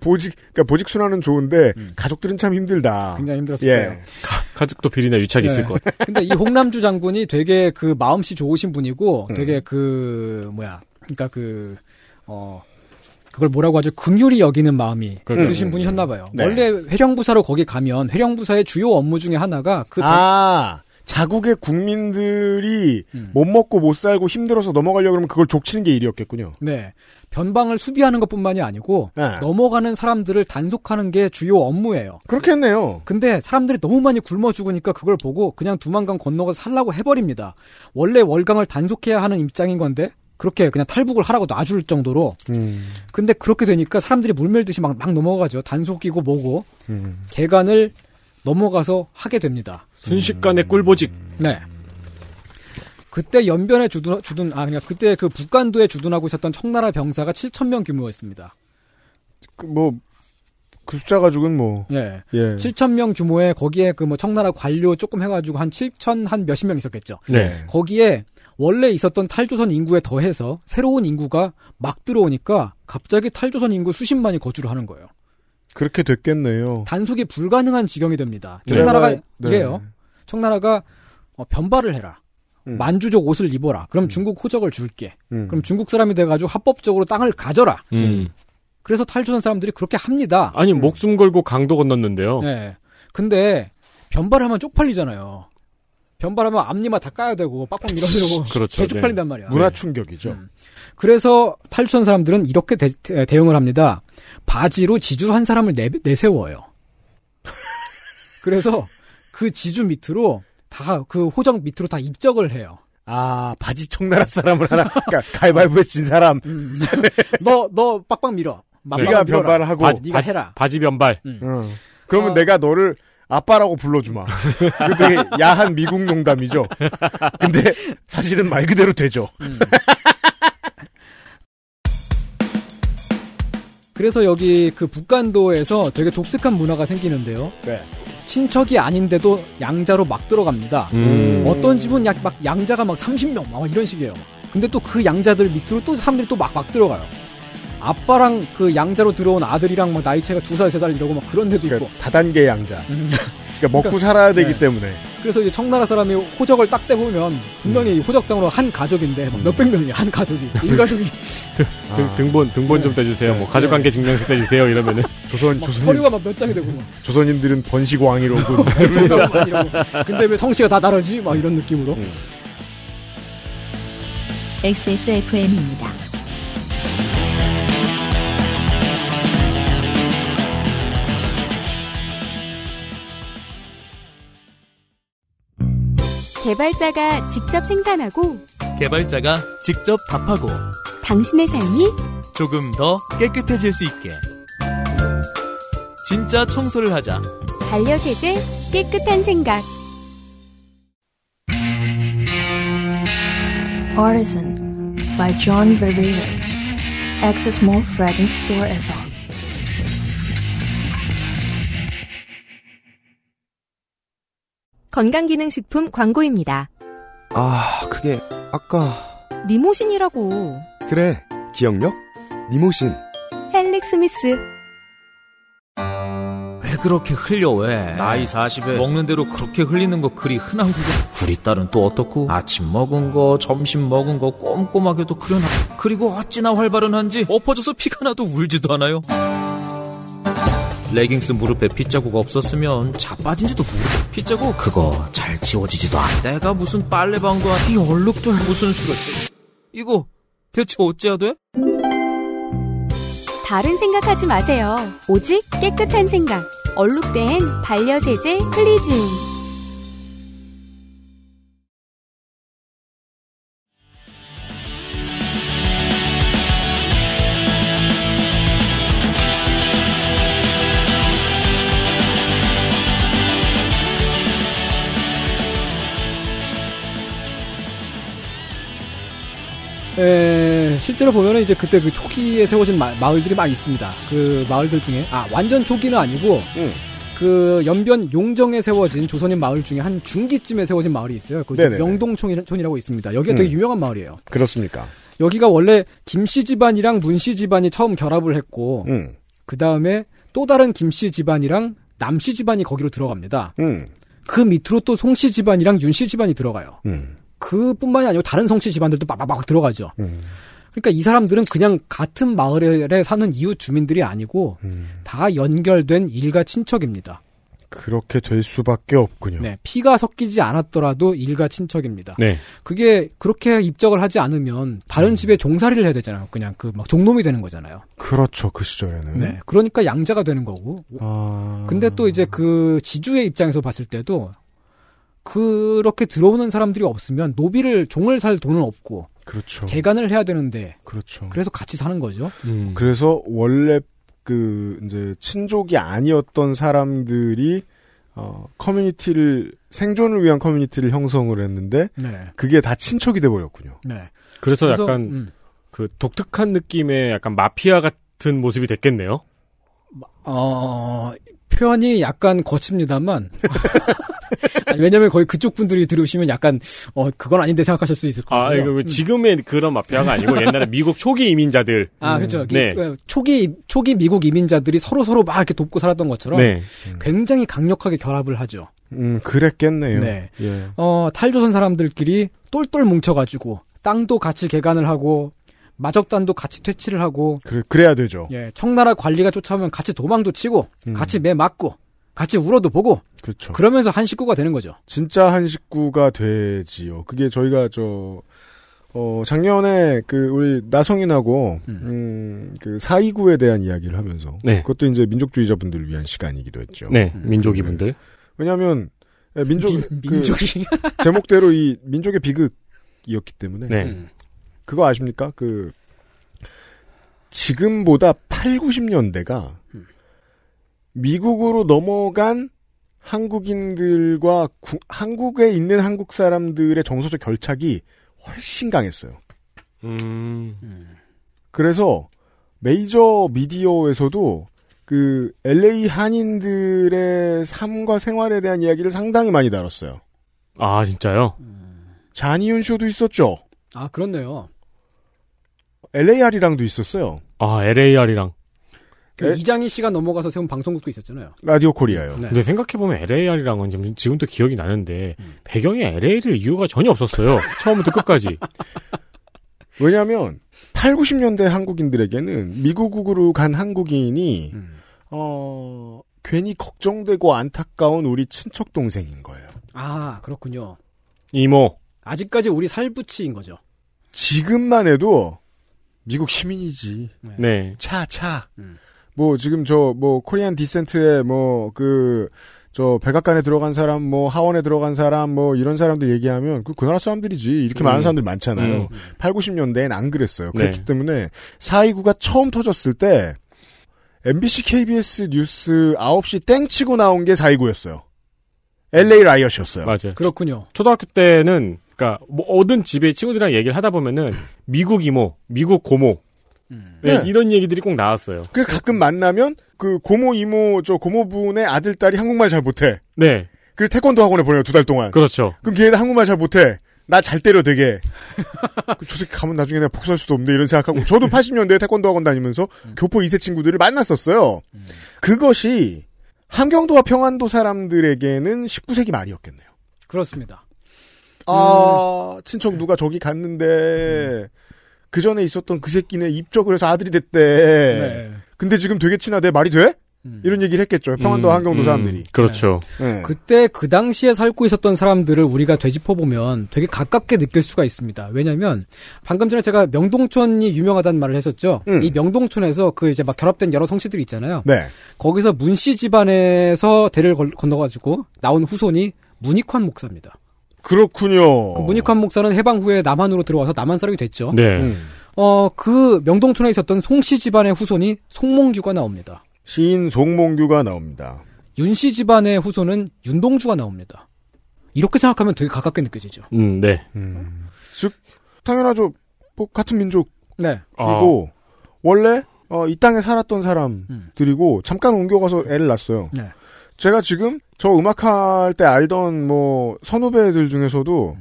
보직 그러니까 보직 순환은 좋은데 가족들은 참 힘들다.
음. 굉장히 힘들었을 거예요.
아. 예.
가족도 비리나 유착이 있을
네.
것 같아요.
근데 이 홍남주 장군이 되게 그 마음씨 좋으신 분이고 되게 그 뭐야 그러니까 그 어 그걸 뭐라고 하죠? 긍휼히 여기는 마음이
그렇죠.
있으신 분이셨나 봐요.
네.
원래 회령부사로 거기 가면 회령부사의 주요 업무 중에 하나가 그
아, 자국의 국민들이
음.
못 먹고 못 살고 힘들어서 넘어가려고 그러면 그걸 족치는 게 일이었겠군요.
네. 변방을 수비하는 것뿐만이 아니고
네.
넘어가는 사람들을 단속하는 게 주요 업무예요.
그렇겠네요.
근데 사람들이 너무 많이 굶어 죽으니까 그걸 보고 그냥 두만강 건너가서 살라고 해버립니다. 원래 월강을 단속해야 하는 입장인 건데 그렇게 그냥 탈북을 하라고 놔줄 정도로 근데 그렇게 되니까 사람들이 물밀듯이 막, 막 넘어가죠. 단속이고 뭐고
음.
개간을 넘어가서 하게 됩니다.
순식간에 꿀보직.
네. 그때 연변에 주둔, 주둔 아 그러니까 그때 그 북간도에 주둔하고 있었던 청나라 병사가 7천 명 규모였습니다.
그, 뭐, 그 숫자 가지고는 뭐,
예.
예.
7천 명 규모에 거기에 그 뭐 청나라 관료 조금 해가지고 한 7천 한 몇십 명 있었겠죠.
네.
거기에 원래 있었던 탈조선 인구에 더해서 새로운 인구가 막 들어오니까 갑자기 탈조선 인구 수십만이 거주를 하는 거예요.
그렇게 됐겠네요.
단속이 불가능한 지경이 됩니다.
네.
청나라가
네.
이래요. 청나라가 어, 변발을 해라.
음.
만주족 옷을 입어라. 그럼 중국 호적을 줄게.
음.
그럼 중국 사람이 돼가지고 합법적으로 땅을 가져라.
음.
그래서 탈조선 사람들이 그렇게 합니다.
아니 목숨 걸고 강도
어.
건넜는데요.
네. 근데 변발하면 쪽팔리잖아요. 변발하면 앞니마 다 까야 되고 빡빡 밀어내고
그렇죠.
개 쪽팔린단 말이야. 네.
문화 충격이죠.
그래서 탈출한 사람들은 이렇게 대, 응을 합니다. 바지로 지주 한 사람을 내, 내세워요. 그래서 그 지주 밑으로 다 그 호정 밑으로 다 입적을 해요.
아 바지 청나라 사람을 하나 그러니까 가위바위보에 진 사람
음. 너 너 빡빡 밀어. 맞박을
네가
밀어라.
변발을 하고
바- 네가
뭐 바지-
해라.
바지 변발.
응. 음. 그러면
어.
내가 너를 아빠라고 불러주마. 그 되게 야한 미국 농담이죠. 근데 사실은 말 그대로 되죠.
그래서 여기 그 북간도에서 되게 독특한 문화가 생기는데요.
네.
친척이 아닌데도 양자로 막 들어갑니다.
음.
어떤 집은 약 막 양자가 막 30명 막 이런 식이에요. 근데 또 그 양자들 밑으로 또 사람들이 또 막 막 들어가요. 아빠랑 그 양자로 들어온 아들이랑 막 나이 차이가 두 살, 세 살 이러고 막 그런 데도 있고.
그러니까 다단계 양자.
음.
그러니까 먹고 살아야 되기
네.
때문에.
그래서 이제 청나라 사람이 호적을 딱 대보면 분명히
음.
호적상으로 한 가족인데 막 몇백 명이야, 한 가족이. 일가족이
아.
등, 등본 등본 좀 떼주세요. 뭐 가족관계 증명서 떼주세요. 이러면은
조선
막
조선
서류가 막 몇 장이 되고 막.
조선인들은 번식 왕이로군.
조선 막 이러고. 근데 왜 성씨가 다 다르지? 막 이런 느낌으로.
음.
XSFM입니다.
개발자가 직접 생산하고
개발자가 직접 답하고
당신의 삶이
조금 더 깨끗해질 수 있게 진짜 청소를 하자
반려세제 깨끗한 생각
Artisan by John Ververes. Access Mall Fragrance Store 에서
건강기능식품 광고입니다.
아, 그게 아까
니모신이라고
그래. 기억력? 니모신.
헬릭 스미스
왜 그렇게 흘려 왜 나이 40에 먹는 대로 그렇게 흘리는 거 그리 흔한 거고 우리 딸은 또 어떻고 아침 먹은 거 점심 먹은 거 꼼꼼하게도 그려놔 그리고 어찌나 활발은 한지 엎어져서 피가 나도 울지도 않아요 레깅스 무릎에 핏자국 없었으면 자빠진지도 모르고 핏자국 그거 잘 지워지지도 않아 내가 무슨 빨래방도 아니 이 얼룩도 무슨 수를 이거 대체 어째야 돼?
다른 생각하지 마세요. 오직 깨끗한 생각. 얼룩된 반려세제 클리지움.
에, 예, 실제로 보면은 이제 그때 그 초기에 세워진 마, 마을들이 막 있습니다. 그 마을들 중에 아 완전 초기는 아니고
음.
그 연변 용정에 세워진 조선인 마을 중에 한 중기쯤에 세워진 마을이 있어요. 그
네네네.
명동촌이라고 있습니다. 여기가
음.
되게 유명한 마을이에요.
그렇습니까?
여기가 원래 김씨 집안이랑 문씨 집안이 처음 결합을 했고
음.
그 다음에 또 다른 김씨 집안이랑 남씨 집안이 거기로 들어갑니다.
음.
그 밑으로 또 송씨 집안이랑 윤씨 집안이 들어가요.
음.
그뿐만이 아니고 다른 송씨 집안들도 막막 들어가죠.
음.
그러니까 이 사람들은 그냥 같은 마을에 사는 이웃 주민들이 아니고
음.
다 연결된 일가 친척입니다.
그렇게 될 수밖에 없군요.
네, 피가 섞이지 않았더라도 일가 친척입니다.
네.
그게 그렇게 입적을 하지 않으면
음.
다른 집에 종살이를 해야 되잖아요. 그냥 그 막 종놈이 되는 거잖아요.
그렇죠. 그 시절에는.
네. 그러니까 양자가 되는 거고.
아.
근데 또 이제 그 지주의 입장에서 봤을 때도 그렇게 들어오는 사람들이 없으면 노비를 종을 살 돈은 없고
음.
그렇죠.
개간을 해야 되는데
그렇죠.
그래서 같이 사는 거죠.
그래서 원래 그 이제 친족이 아니었던 사람들이 어 커뮤니티를 생존을 위한 커뮤니티를 형성을 했는데
네.
그게 다 친척이 돼 버렸군요.
네.
그래서,
그래서, 음.
약간
음.
그 독특한 느낌의 약간 마피아 같은 모습이 됐겠네요.
어, 표현이 약간 거칩니다만 아니, 왜냐면 거의 그쪽 분들이 들으시면 약간 어 그건 아닌데 생각하실 수 있을 거예요. 음.
아, 이거 왜 지금의 그런 마피아가 아니고 옛날에 미국 초기 이민자들.
아, 그렇죠.
네.
초기 초기 미국 이민자들이 서로 서로 막 이렇게 돕고 살았던 것처럼
네.
굉장히 강력하게 결합을 하죠.
음, 그랬겠네요.
네.
예.
어, 탈조선 사람들끼리 똘똘 뭉쳐가지고 땅도 같이 개간을 하고 마적단도 같이 퇴치를 하고
그래, 야 되죠.
예, 청나라 관리가 쫓아오면 같이 도망도 치고
음.
같이 매 맞고 같이 울어도 보고
그렇죠.
그러면서 한 식구가 되는 거죠.
진짜 한 식구가 되지요. 그게 저희가 저, 어, 작년에 그 우리 나성인하고, 음, 그 429에 대한 이야기를 하면서.
네.
그것도 이제 민족주의자분들을 위한 시간이기도 했죠.
네, 민족이 분들.
왜냐하면 예, 민족
민- 민족이-
그 제목대로 이 민족의 비극이었기 때문에
네. 음.
그거 아십니까? 그 지금보다 8, 90년대가 미국으로 넘어간 한국인들과 구- 한국에 있는 한국 사람들의 정서적 결착이 훨씬 강했어요.
음.
그래서 메이저 미디어에서도 그 LA 한인들의 삶과 생활에 대한 이야기를 상당히 많이 다뤘어요.
아, 진짜요?
잔이윤 쇼도 있었죠.
아, 그렇네요.
LAR이랑도 있었어요.
아, LAR이랑.
그
네.
에?
이장희 씨가 넘어가서 세운 방송국도 있었잖아요. 네.
라디오 코리아요.
근데 생각해보면 LAR이랑은 지금, 지금도 기억이 나는데, 배경에 LA를 이유가 전혀 없었어요. 처음부터 끝까지.
왜냐하면 8, 90년대 한국인들에게는 미국으로 간 한국인이 어, 괜히 걱정되고 안타까운 우리 친척 동생인 거예요.
아, 그렇군요.
이모.
아직까지 우리 살부치인 거죠.
지금만 해도 미국 시민이지.
네.
차, 차.
음.
뭐, 지금 저, 뭐, 코리안 디센트에 뭐, 그, 저, 백악관에 들어간 사람, 뭐, 하원에 들어간 사람, 뭐, 이런 사람들 얘기하면, 그, 그 나라 사람들이지.
음.
이렇게 많은 사람들 많잖아요.
음.
8, 90년대엔 안 그랬어요.
네.
그렇기 때문에, 429가 처음 터졌을 때, MBC KBS 뉴스 9시 땡 치고 나온 게 429였어요. LA 라이엇이었어요.
맞아요.
그렇군요.
초등학교 때는, 그니까, 뭐, 어든 집에 친구들이랑 얘기를 하다 보면은, 미국 이모, 미국 고모. 네,
네.
이런 얘기들이 꼭 나왔어요.
그래서 가끔 만나면 그 고모 이모 저 고모분의 아들 딸이 한국말 잘 못해.
네.
그리고 태권도 학원에 보내요 두 달 동안.
그렇죠.
그럼 걔네 한국말 잘 못해. 나 잘 때려 되게. 그저 새끼 가면 나중에 내가 복수할 수도 없는데 이런 생각하고 저도 80년대에 태권도 학원 다니면서 교포 2세 친구들을 만났었어요. 그것이 함경도와 평안도 사람들에게는 19세기 말이었겠네요.
그렇습니다.
아 친척 누가 저기 갔는데 그 전에 있었던 그 새끼네 입적을 해서 아들이 됐대.
네.
근데 지금 되게 친하대 말이 돼? 네.
음.
이런 네. 얘기를 했겠죠. 평안도 와 한경도 사람들이.
음, 그렇죠.
그때 그 당시에 살고 있었던 사람들을 우리가 되짚어 보면 되게 가깝게 느낄 수가 있습니다. 왜냐하면 방금 전에 제가 명동촌이 유명하다는 말을 했었죠. 이 명동촌에서 그 이제 막 결합된 여러 성씨들이 있잖아요.
음. 네.
거기서 문씨 집안에서 대를 걸- 건너가지고 나온 후손이 문익환 목사입니다.
그렇군요.
문익환 목사는 해방 후에 남한으로 들어와서 남한 사람이 됐죠.
네.
음.
어, 그 명동촌에 있었던 송씨 집안의 후손이 송몽규가 나옵니다.
시인 송몽규가 나옵니다.
윤씨 집안의 후손은 윤동주가 나옵니다. 이렇게 생각하면 되게 가깝게 느껴지죠.
음, 네.
즉 당연하죠. 뭐 같은 민족.
네.
아,
그리고 원래 어, 이 땅에 살았던 사람들이고 잠깐 옮겨가서 애를 낳았어요.
음. 네.
제가 지금 저 음악할 때 알던 뭐 선후배들 중에서도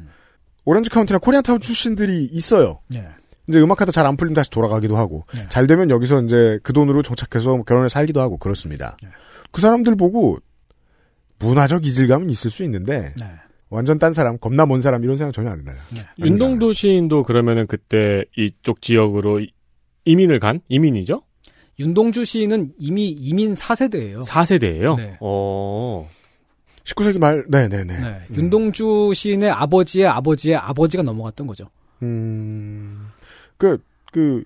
오렌지 카운티나 코리안타운 출신들이 있어요.
음. 네.
이제 음악하다 잘 안 풀리면 다시 돌아가기도 하고 잘 되면 여기서 이제 그 돈으로 정착해서 결혼을 살기도 하고 그렇습니다.
네.
그 사람들 보고 문화적 이질감은 있을 수 있는데
네.
완전 딴 사람 겁나 먼 사람 이런 생각 전혀 안 나요.
윤동도 시인도 그러면은 그때 이쪽 지역으로 이- 이민을 간? 이민이죠?
윤동주 시인은 이미 이민 4세대예요.
4세대예요
네.
어.
19세기 말, 네네네.
윤동주 시인의 아버지의 아버지의 아버지가 넘어갔던 거죠.
음, 그, 그,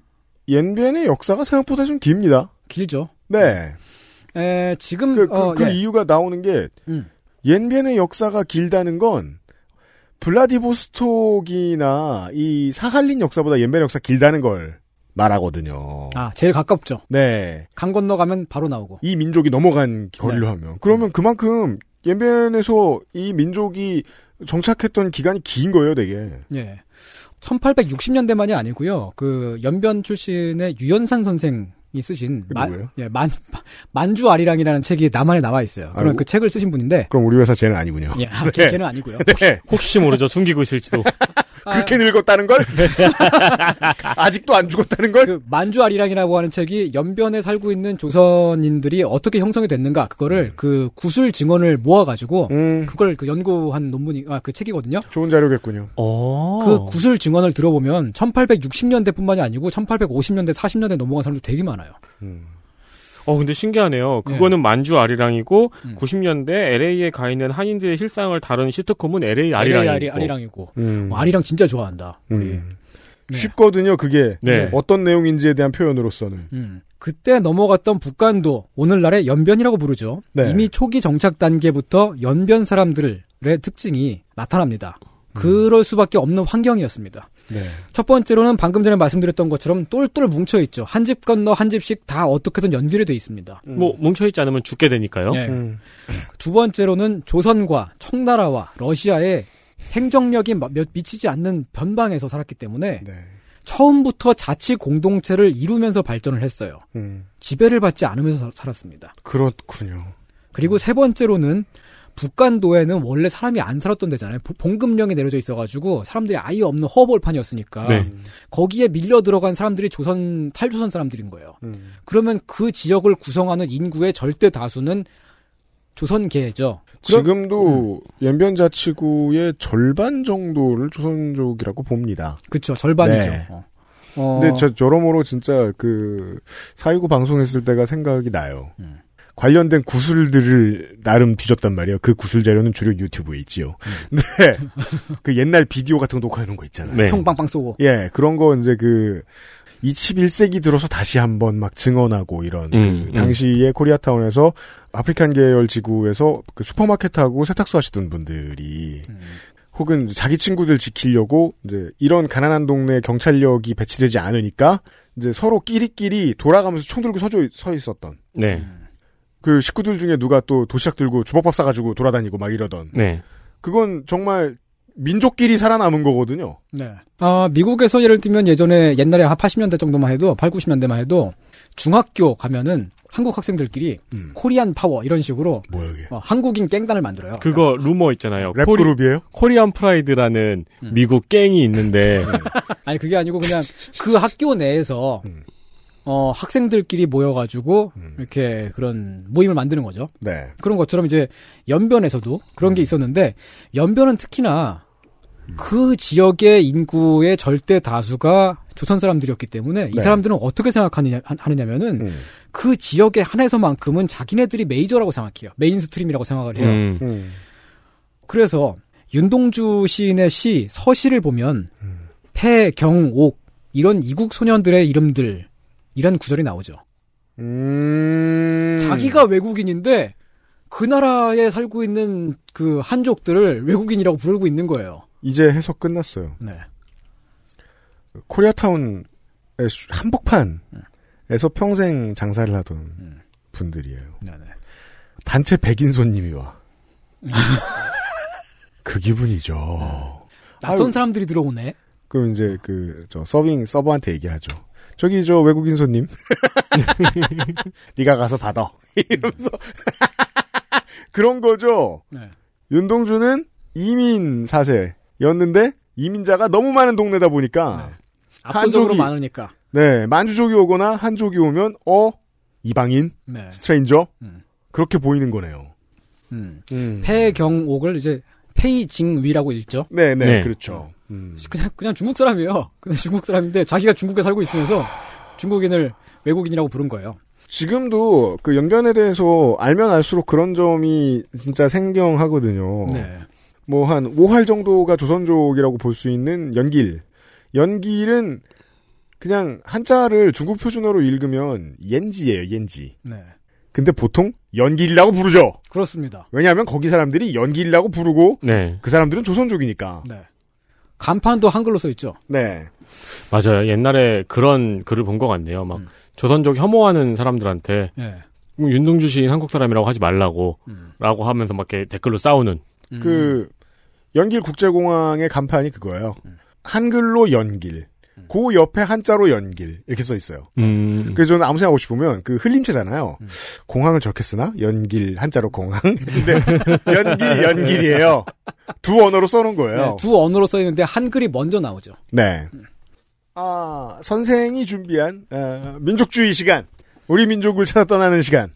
옌비엔의 역사가 생각보다 좀 깁니다.
길죠.
네.
에, 지금,
그, 그,
어,
그
예.
이유가 나오는 게,
음.
옌비엔의 역사가 길다는 건, 블라디보스톡이나 이 사할린 역사보다 옌비엔 역사 길다는 걸 말하거든요.
아, 제일 가깝죠.
네.
강 건너가면 바로 나오고.
이 민족이 넘어간 거리로
네.
하면. 그러면 그만큼 옌비엔에서 이 민족이 정착했던 기간이 긴 거예요, 되게.
예. 1860년대만이 아니고요. 그 연변 출신의 유연산 선생이 쓰신 만, 예, 만, 만주 아리랑이라는 책이 나만에 나와 있어요. 그런
아이고.
그 책을 쓰신 분인데
그럼 우리 회사 쟤는 아니군요.
예, 아, 걔- 걔는 아니고요.
네.
혹시 모르죠. 숨기고 있을지도.
그렇게 늙었다는 걸? 아직도 안 죽었다는 걸?
그 만주 아리랑이라고 하는 책이 연변에 살고 있는 조선인들이 어떻게 형성이 됐는가
음.
그거를 그 구술 증언을 모아가지고 그걸 그 연구한 논문이 아 그 책이거든요.
좋은 자료겠군요.
어.
그 구술 증언을 들어보면 1860년대뿐만이 아니고 1850년대 40년대 넘어간 사람도 되게 많아요.
어, 근데 신기하네요. 음. 그거는 만주 아리랑이고, 90년대 LA에 가 있는 한인들의 실상을 다룬 시트콤은 LA 아리랑이고. 음.
LA 아리랑이고.
음.
음.
어, 아리랑 진짜 좋아한다.
쉽거든요, 그게.
네.
어떤 내용인지에 대한 표현으로서는.
음. 그때 넘어갔던 북한도 오늘날의 연변이라고 부르죠.
네.
이미 초기 정착 단계부터 연변 사람들의 특징이 나타납니다. 그럴 수밖에 없는 환경이었습니다.
음. 네.
첫 번째로는 방금 전에 말씀드렸던 것처럼 똘똘 뭉쳐 있죠. 한 집 건너 한 집씩 다 어떻게든 연결이 돼 있습니다.
뭐, 뭉쳐있지 않으면 죽게
음.
되니까요.
네.
음.
두 번째로는 조선과 청나라와 러시아의 행정력이 마- 몇 미치지 않는 변방에서 살았기 때문에
네.
처음부터 자치 공동체를 이루면서 발전을 했어요.
음.
지배를 받지 않으면서 살- 살았습니다.
그렇군요. 음.
그리고 세 번째로는 북간도에는 원래 사람이 안 살았던 데잖아요. 보- 봉금령이 내려져 있어가지고 사람들이 아예 없는 허벌판이었으니까
네.
거기에 밀려 들어간 사람들이 조선 탈조선 사람들인 거예요.
음.
그러면 그 지역을 구성하는 인구의 절대 다수는 조선계죠.
지금도
음.
연변자치구의 절반 정도를 조선족이라고 봅니다.
그렇죠. 절반이죠.
네.
어.
근데
어,
저 여러모로 진짜 그 사이구 방송했을 때가 생각이 나요. 관련된 구슬들을 나름 뒤졌단 말이에요. 그 구슬 자료는 주로 유튜브에 있지요. 네. 그 옛날 비디오 같은 거 녹화해 놓은 거 있잖아요.
네.
총 빵빵 쏘고.
예, 그런 거 이제 그 21세기 들어서 다시 한번 막 증언하고 이런 그
음, 음.
당시에 코리아타운에서 아프리칸 계열 지구에서 그 슈퍼마켓하고 세탁소 하시던 분들이 혹은 자기 친구들 지키려고 이제 이런 가난한 동네 경찰력이 배치되지 않으니까 이제 서로 끼리끼리 돌아가면서 총 들고 서져 서 있었던
네.
그 식구들 중에 누가 또 도시락 들고 주먹밥 싸가지고 돌아다니고 막 이러던
네.
그건 정말 민족끼리 살아남은 거거든요.
네. 아, 미국에서 예를 들면 예전에 옛날에 한 80년대 정도만 해도 8, 90년대만 해도 중학교 가면은 한국 학생들끼리 코리안 파워 이런 식으로
네.
어, 한국인 깽단을 만들어요.
그거 루머 있잖아요.
랩 그룹이에요?
코리안 프라이드라는 미국 갱이 있는데
아니 그게 아니고 그냥 그 학교 내에서 어, 학생들끼리 모여가지고 이렇게 그런 모임을 만드는 거죠.
네.
그런 것처럼 이제 연변에서도 그런
음.
게 있었는데 연변은 특히나 그 지역의 인구의 절대 다수가 조선 사람들이었기 때문에 이
네. 음.
사람들은 어떻게 생각하느냐 하느냐면은 그 지역에 한해서만큼은 자기네들이 메이저라고 생각해요. 메인스트림이라고
네.
생각을 해요.
음.
그래서 윤동주 시인의 시 서시를 보면
음.
폐, 경, 옥 이런 이국 소년들의 이름들 이런 구절이 나오죠.
음.
음.
자기가 외국인인데 그 나라에 살고 있는 그 한족들을 외국인이라고 부르고 있는 거예요.
이제 해석 끝났어요.
네.
코리아타운의 수- 한복판에서 평생 장사를 하던 분들이에요. 단체 백인 손님이 와. 그 기분이죠.
낯선
아유.
사람들이 들어오네.
그럼 이제 그 저 서빙 서버한테 얘기하죠. 저기 저 외국인 손님, 네가 가서 받아. 이러면서 그런 거죠.
네.
윤동주는 이민 사세였는데 이민자가 너무 많은 동네다 보니까
압도적으로
한족이-
많으니까.
네, 만주족이 오거나 한족이 오면 어 이방인,
네.
스트레인저 그렇게 보이는 거네요.
음.
음.
폐경옥을 이제 페이징위라고 읽죠.
네, 네, 그렇죠.
그냥 그냥 중국 사람이에요. 그냥 중국 사람인데 자기가 중국에 살고 있으면서 중국인을 외국인이라고 부른 거예요.
지금도 그 연변에 대해서 알면 알수록 그런 점이 진짜 생경하거든요.
네.
뭐 한 5할 정도가 조선족이라고 볼 수 있는 연길. 연길은 그냥 한자를 중국 표준어로 읽으면 옌지예요, 옌지.
네.
근데 보통 연길이라고 부르죠.
그렇습니다.
왜냐하면 거기 사람들이 연길이라고 부르고
네.
그 사람들은 조선족이니까.
네. 간판도 한글로 써 있죠.
네.
맞아요. 옛날에 그런 글을 본 것 같네요. 막 조선족 혐오하는 사람들한테
예.
윤동주 시인 한국 사람이라고 하지 말라고 라고 하면서 막 이렇게 댓글로 싸우는
그 연길 국제공항의 간판이 그거예요. 한글로 연길, 그 옆에 한자로 연길 이렇게 써 있어요.
음.
그래서 저는 아무 생각 없이 보면 그 흘림체잖아요. 공항을 저렇게 쓰나? 연길 한자로 공항. 근데 연길 연길이에요. 두 언어로 써놓은 거예요.
네, 두 언어로 써 있는데 한글이 먼저 나오죠.
네. 아, 선생이 준비한 어, 민족주의 시간. 우리 민족을 찾아 떠나는 시간.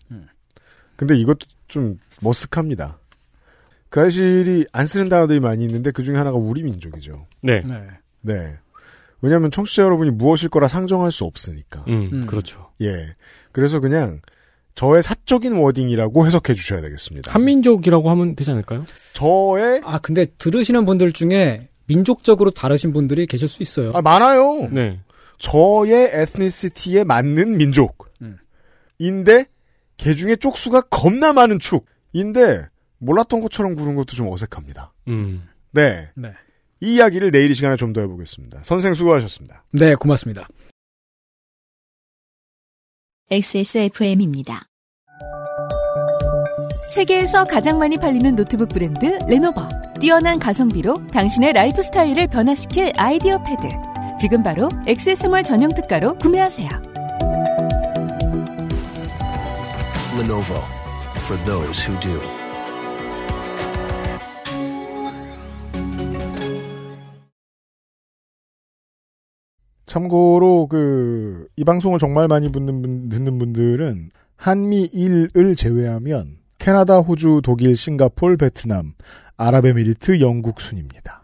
근데 이것도 좀 머쓱합니다. 그 사실이 안 쓰는 단어들이 많이 있는데 그 중에 하나가 우리 민족이죠.
네.
네. 왜냐하면 청취자 여러분이 무엇일 거라 상정할 수 없으니까.
음, 음. 그렇죠.
예. 그래서 그냥 저의 사적인 워딩이라고 해석해 주셔야 되겠습니다.
한민족이라고 하면 되지 않을까요?
저의
아 근데 들으시는 분들 중에 민족적으로 다르신 분들이 계실 수 있어요.
아, 많아요.
네.
저의 에스니시티에 맞는 민족인데 개 중에 쪽수가 겁나 많은 축인데 몰랐던 것처럼 구른 것도 좀 어색합니다.
음.
네.
네.
이 이야기를 내일 이 시간에 좀 더 해보겠습니다. 선생 수고하셨습니다.
네, 고맙습니다.
XSFM입니다.
세계에서 가장 많이 팔리는 노트북 브랜드 레노버. 뛰어난 가성비로 당신의 라이프 스타일을 변화시킬 아이디어 패드. 지금 바로 액세스몰 전용 특가로 구매하세요.
Lenovo for those who do.
참고로 그 이 방송을 정말 많이 듣는, 분, 듣는 분들은 한미일을 제외하면 캐나다, 호주, 독일, 싱가폴, 베트남, 아랍에미리트, 영국 순입니다.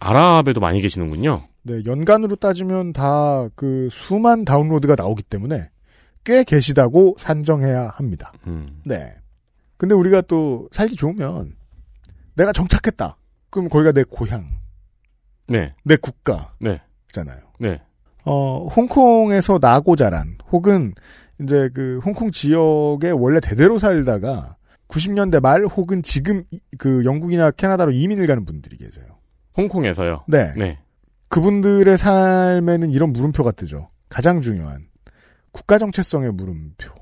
아랍에도 많이 계시는군요.
네, 연간으로 따지면 다 그 수만 다운로드가 나오기 때문에 꽤 계시다고 산정해야 합니다.
음.
네. 근데 우리가 또 살기 좋으면 내가 정착했다. 그럼 거기가 내 고향,
네.
내 국가.
네.
잖아요.
네.
어, 홍콩에서 나고 자란 혹은 이제 그 홍콩 지역에 원래 대대로 살다가 90년대 말 혹은 지금 이- 그 영국이나 캐나다로 이민을 가는 분들이 계세요.
홍콩에서요.
네.
네.
그분들의 삶에는 이런 물음표가 뜨죠. 가장 중요한 국가 정체성의 물음표.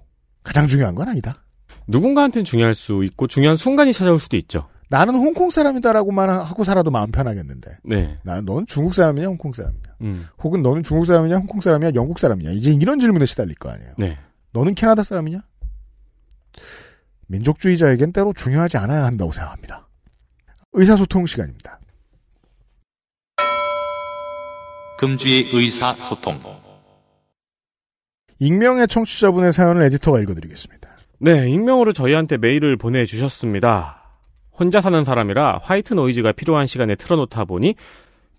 가장 중요한 건 아니다.
누군가한테는 중요할 수 있고 중요한 순간이 찾아올 수도 있죠.
나는 홍콩 사람이다라고만 하고 살아도 마음 편하겠는데.
네.
나는 너는 중국 사람이냐 홍콩 사람이냐.
음.
혹은 너는 중국 사람이냐 홍콩 사람이냐 영국 사람이냐. 이제 이런 질문에 시달릴 거 아니에요.
네.
너는 캐나다 사람이냐? 민족주의자에겐 때로 중요하지 않아야 한다고 생각합니다. 의사소통 시간입니다.
금주의 의사소통.
익명의 청취자분의 사연을 에디터가 읽어드리겠습니다.
네, 익명으로 저희한테 메일을 보내주셨습니다. 혼자 사는 사람이라 화이트 노이즈가 필요한 시간에 틀어놓다 보니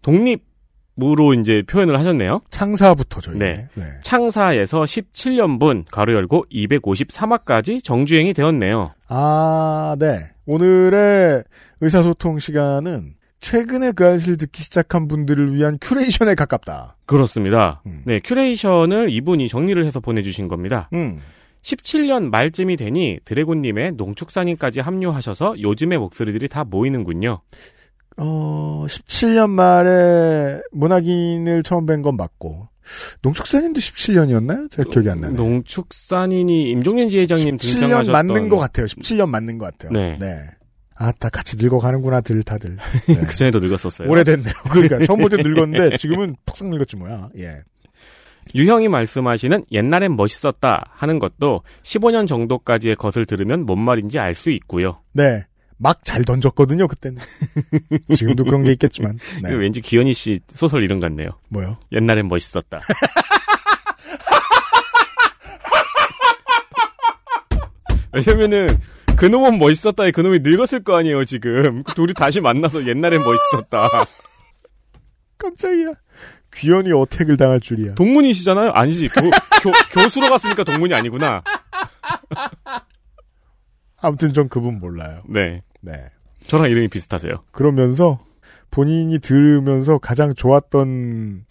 독립으로 이제 표현을 하셨네요.
창사부터 저희.
네. 창사에서 17년분 가로 열고 253화까지 정주행이 되었네요.
아, 네. 오늘의 의사소통 시간은 최근에 그 알실 듣기 시작한 분들을 위한 큐레이션에 가깝다.
그렇습니다. 네, 큐레이션을 이분이 정리를 해서 보내주신 겁니다.
음.
17년 말쯤이 되니 드래곤님의 농축산인까지 합류하셔서 요즘의 목소리들이 다 모이는군요.
어, 17년 말에 문학인을 처음 뵌 건 맞고, 농축사님도 17년이었나요? 제가 기억이 안 나네요.
농축산인이 임종현 지회장님
17년
등장하셨던
맞는 것 같아요. 17년 맞는 것 같아요.
네.
아, 다 같이 늙어가는구나들 다들.
그 전에도 늙었었어요.
오래됐네요. 그러니까 처음 볼때 늙었는데 지금은 푹상 늙었지 뭐야. 예.
유형이 말씀하시는 옛날엔 멋있었다 하는 것도 15년 정도까지의 것을 들으면 뭔 말인지 알 수 있고요.
네. 막 잘 던졌거든요, 그때는. 지금도 그런 게 있겠지만. 네.
이거 왠지 기현이 씨 소설 이름 같네요.
뭐요?
옛날엔 멋있었다. 왜냐면은 그놈은 멋있었다에 그놈이 늙었을 거 아니에요 지금 그 둘이 다시 만나서 옛날엔 멋있었다
깜짝이야. 귀연이 어택을 당할 줄이야.
동문이시잖아요 아니지 교, 교, 교수로 갔으니까 동문이 아니구나
아무튼 전 그분 몰라요.
네
네.
저랑 이름이 비슷하세요
그러면서 본인이 들으면서 가장 좋았던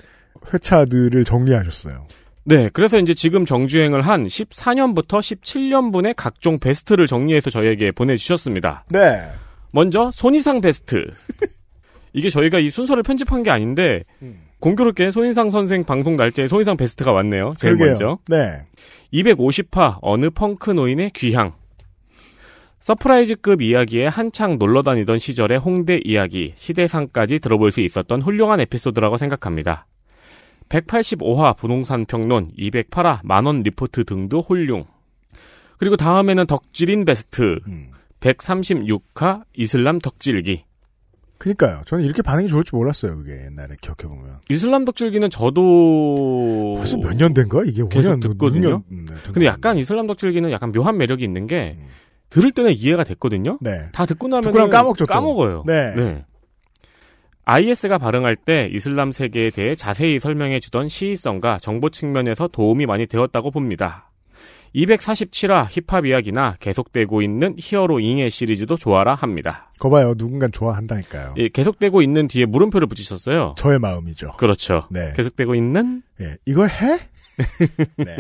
회차들을 정리하셨어요.
네, 그래서 이제 지금 정주행을 한 14년부터 17년분의 각종 베스트를 정리해서 저희에게 보내주셨습니다.
네.
먼저 손이상 베스트. 이게 저희가 이 순서를 편집한 게 아닌데
음.
공교롭게 손이상 선생 방송 날짜에 손이상 베스트가 왔네요. 제일
그러게요.
먼저.
네.
250화 어느 펑크 노인의 귀향. 서프라이즈급 이야기에 한창 놀러 다니던 시절의 홍대 이야기, 시대상까지 들어볼 수 있었던 훌륭한 에피소드라고 생각합니다. 185화 부동산 평론, 208화 만원 리포트 등도 홀륭. 그리고 다음에는 덕질인 베스트,
음.
136화 이슬람 덕질기.
그니까요. 저는 이렇게 반응이 좋을 줄 몰랐어요. 그게 옛날에 기억해보면.
이슬람 덕질기는 저도
벌써 몇 년 된 거야? 이게 5년,
계속
6년?
듣거든요.
음, 네, 된
근데
것
약간 이슬람 덕질기는 약간 묘한 매력이 있는 게
음.
들을 때는 이해가 됐거든요.
네.
다 듣고 나면
듣고 나면 까먹죠, 또.
어요
네.
IS가 발흥할 때 이슬람 세계에 대해 자세히 설명해 주던 시의성과 정보 측면에서 도움이 많이 되었다고 봅니다. 247화 힙합 이야기나 계속되고 있는 히어로 잉의 시리즈도 좋아라 합니다.
거 봐요. 누군간 좋아한다니까요.
예, 계속되고 있는 뒤에 물음표를 붙이셨어요.
저의 마음이죠.
그렇죠.
네.
계속되고 있는
예, 이걸 해? 네.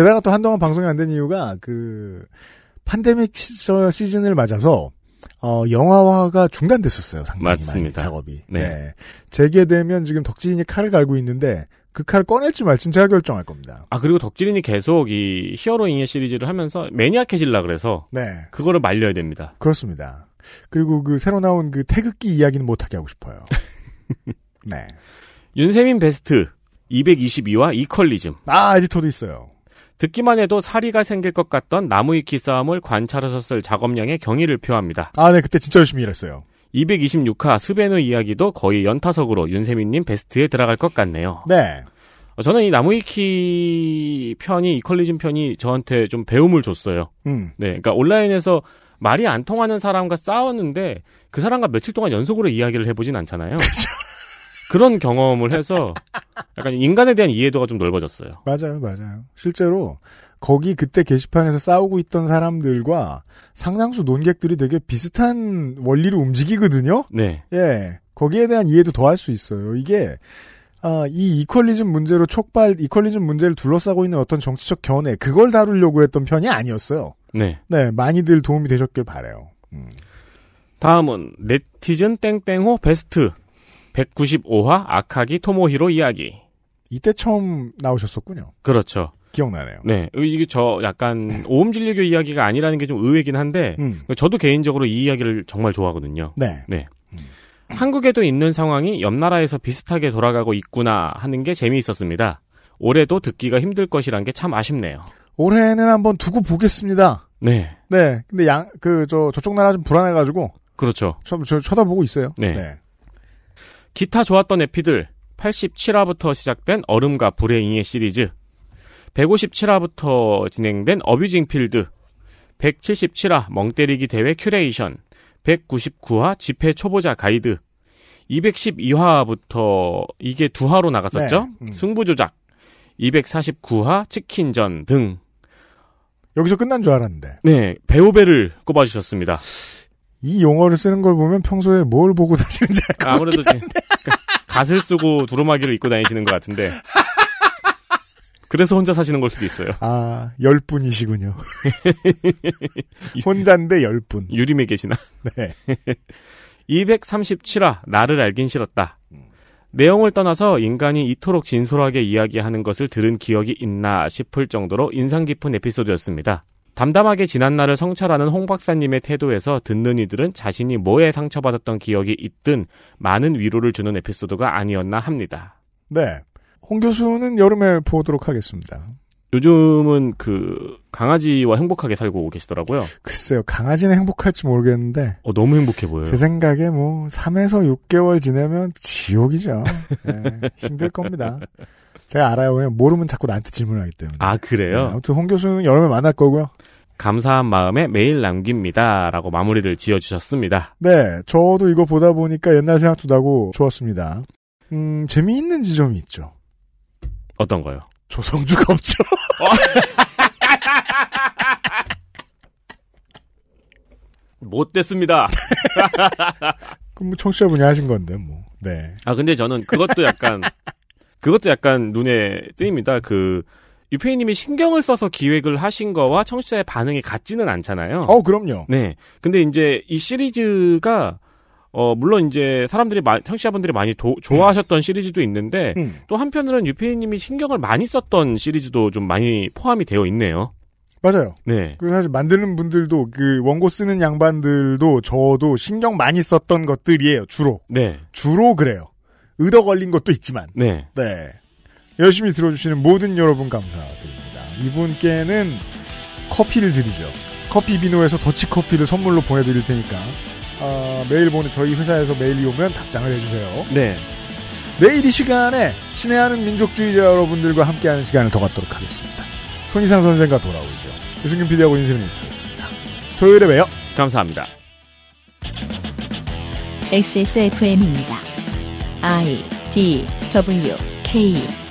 게다가 또 한동안 방송이 안 된 이유가 그 팬데믹 시- 저 시즌을 맞아서 어, 영화화가 중단됐었어요. 상당히 많이
맞습니다.
작업이.
네.
재개되면 지금 덕진이 칼을 갈고 있는데 그 칼을 꺼낼지 말지는 제가 결정할 겁니다.
아 그리고 덕질인이 계속 이 히어로 잉의 시리즈를 하면서 매니악해질라 그래서
네.
그거를 말려야 됩니다.
그렇습니다. 그리고 그 새로 나온 그 태극기 이야기는 못하게 하고 싶어요. 네.
윤세민 베스트 222와 이퀄리즘.
아 에디터도 있어요.
듣기만 해도 사리가 생길 것 같던 나무위키 싸움을 관찰해서 쓸 작업량의 경의를 표합니다.
아, 네, 그때 진짜 열심히 일했어요.
226화 스베누 이야기도 거의 연타석으로 윤세민님 베스트에 들어갈 것 같네요.
네.
어, 저는 이 나무위키 편이 이퀄리즘 편이 저한테 좀 배움을 줬어요.
음.
네, 그러니까 온라인에서 말이 안 통하는 사람과 싸웠는데 그 사람과 며칠 동안 연속으로 이야기를 해보진 않잖아요. 그런 경험을 해서 약간 인간에 대한 이해도가 좀 넓어졌어요.
맞아요, 맞아요. 실제로 거기 그때 게시판에서 싸우고 있던 사람들과 상당수 논객들이 되게 비슷한 원리로 움직이거든요.
네.
예, 거기에 대한 이해도 더 할 수 있어요. 이게 아, 이 이퀄리즘 문제로 촉발 이퀄리즘 문제를 둘러싸고 있는 어떤 정치적 견해 그걸 다루려고 했던 편이 아니었어요.
네.
네, 많이들 도움이 되셨길 바래요.
다음은 네티즌 땡땡호 베스트 195화 아카기 토모히로 이야기.
이때 처음 나오셨었군요.
그렇죠.
기억나네요.
네. 이게 저 약간 오음진리교 이야기가 아니라는 게 좀 의외긴 한데
음.
저도 개인적으로 이 이야기를 정말 좋아하거든요.
네.
음. 한국에도 있는 상황이 옆 나라에서 비슷하게 돌아가고 있구나 하는 게 재미있었습니다. 올해도 듣기가 힘들 것이란 게 참 아쉽네요.
올해는 한번 두고 보겠습니다.
네.
네, 근데 양 그 저 저쪽 나라 좀 불안해가지고
그렇죠.
저, 저 쳐다보고 있어요.
네. 기타 좋았던 에피들 87화부터 시작된 얼음과 불의 잉의 시리즈 157화부터 진행된 어뷰징 필드 177화 멍때리기 대회 큐레이션 199화 집회 초보자 가이드 212화부터 이게 두 화로 나갔었죠.
네, 음.
승부조작 249화 치킨전 등
여기서 끝난 줄 알았는데
네, 배우배를 꼽아주셨습니다.
이 용어를 쓰는 걸 보면 평소에 뭘 보고 다니는지 알 것
아무래도
같긴 한데.
가- 갓을 쓰고 두루마기를 입고 다니시는 것 같은데. 그래서 혼자 사시는 걸 수도 있어요.
아, 열 분이시군요. 혼자인데 열 분.
유림에 계시나?
네.
237화 나를 알긴 싫었다.
음.
내용을 떠나서 인간이 이토록 진솔하게 이야기하는 것을 들은 기억이 있나 싶을 정도로 인상 깊은 에피소드였습니다. 담담하게 지난 날을 성찰하는 홍 박사님의 태도에서 듣는 이들은 자신이 뭐에 상처받았던 기억이 있든 많은 위로를 주는 에피소드가 아니었나 합니다.
네. 홍 교수는 여름에 보도록 하겠습니다.
요즘은 그 강아지와 행복하게 살고 계시더라고요.
글쎄요, 강아지는 행복할지 모르겠는데,
어, 너무 행복해 보여요.
제 생각에 뭐, 3에서 6개월 지내면 지옥이죠. 네, 힘들 겁니다. 제가 알아요. 왜냐면 모르면 자꾸 나한테 질문하기 때문에.
아
네,
그래요?
아무튼 홍 교수는 여름에 만날 거고요.
감사한 마음에 메일 남깁니다라고 마무리를 지어 주셨습니다.
네, 저도 이거 보다 보니까 옛날 생각도 나고 좋았습니다. 음, 재미있는 지점이 있죠.
어떤 거요?
조성주가 없죠.
못 됐습니다.
그럼 뭐 청취자분이 하신 건데, 뭐. 네.
아 근데 저는 그것도 약간 그것도 약간 눈에 띄입니다. 그 유페이님이 신경을 써서 기획을 하신 거와 청취자의 반응이 같지는 않잖아요.
어, 그럼요.
네. 근데 이제 이 시리즈가 어 물론 이제 사람들이 마- 청취자분들이 많이 도- 좋아하셨던 시리즈도 있는데
음.
또 한편으로는 유피님이 신경을 많이 썼던 시리즈도 좀 많이 포함이 되어 있네요.
맞아요.
네.
그 사실 만드는 분들도 그 원고 쓰는 양반들도 저도 신경 많이 썼던 것들이에요 주로
네.
주로 그래요 의덕 걸린 것도 있지만
네.
네. 열심히 들어주시는 모든 여러분 감사드립니다. 이분께는 커피를 드리죠. 커피 비노에서 더치 커피를 선물로 보내드릴 테니까 아, 메일 보내 저희 회사에서 메일이 오면 답장을 해주세요.
네.
내일 이 시간에 친애하는 민족주의자 여러분들과 함께하는 시간을 더 갖도록 하겠습니다. 손희상 선생과 돌아오죠. 유승균 PD하고 인수민이 있겠습니다. 토요일에 봬요.
감사합니다.
XSFM입니다. I D W K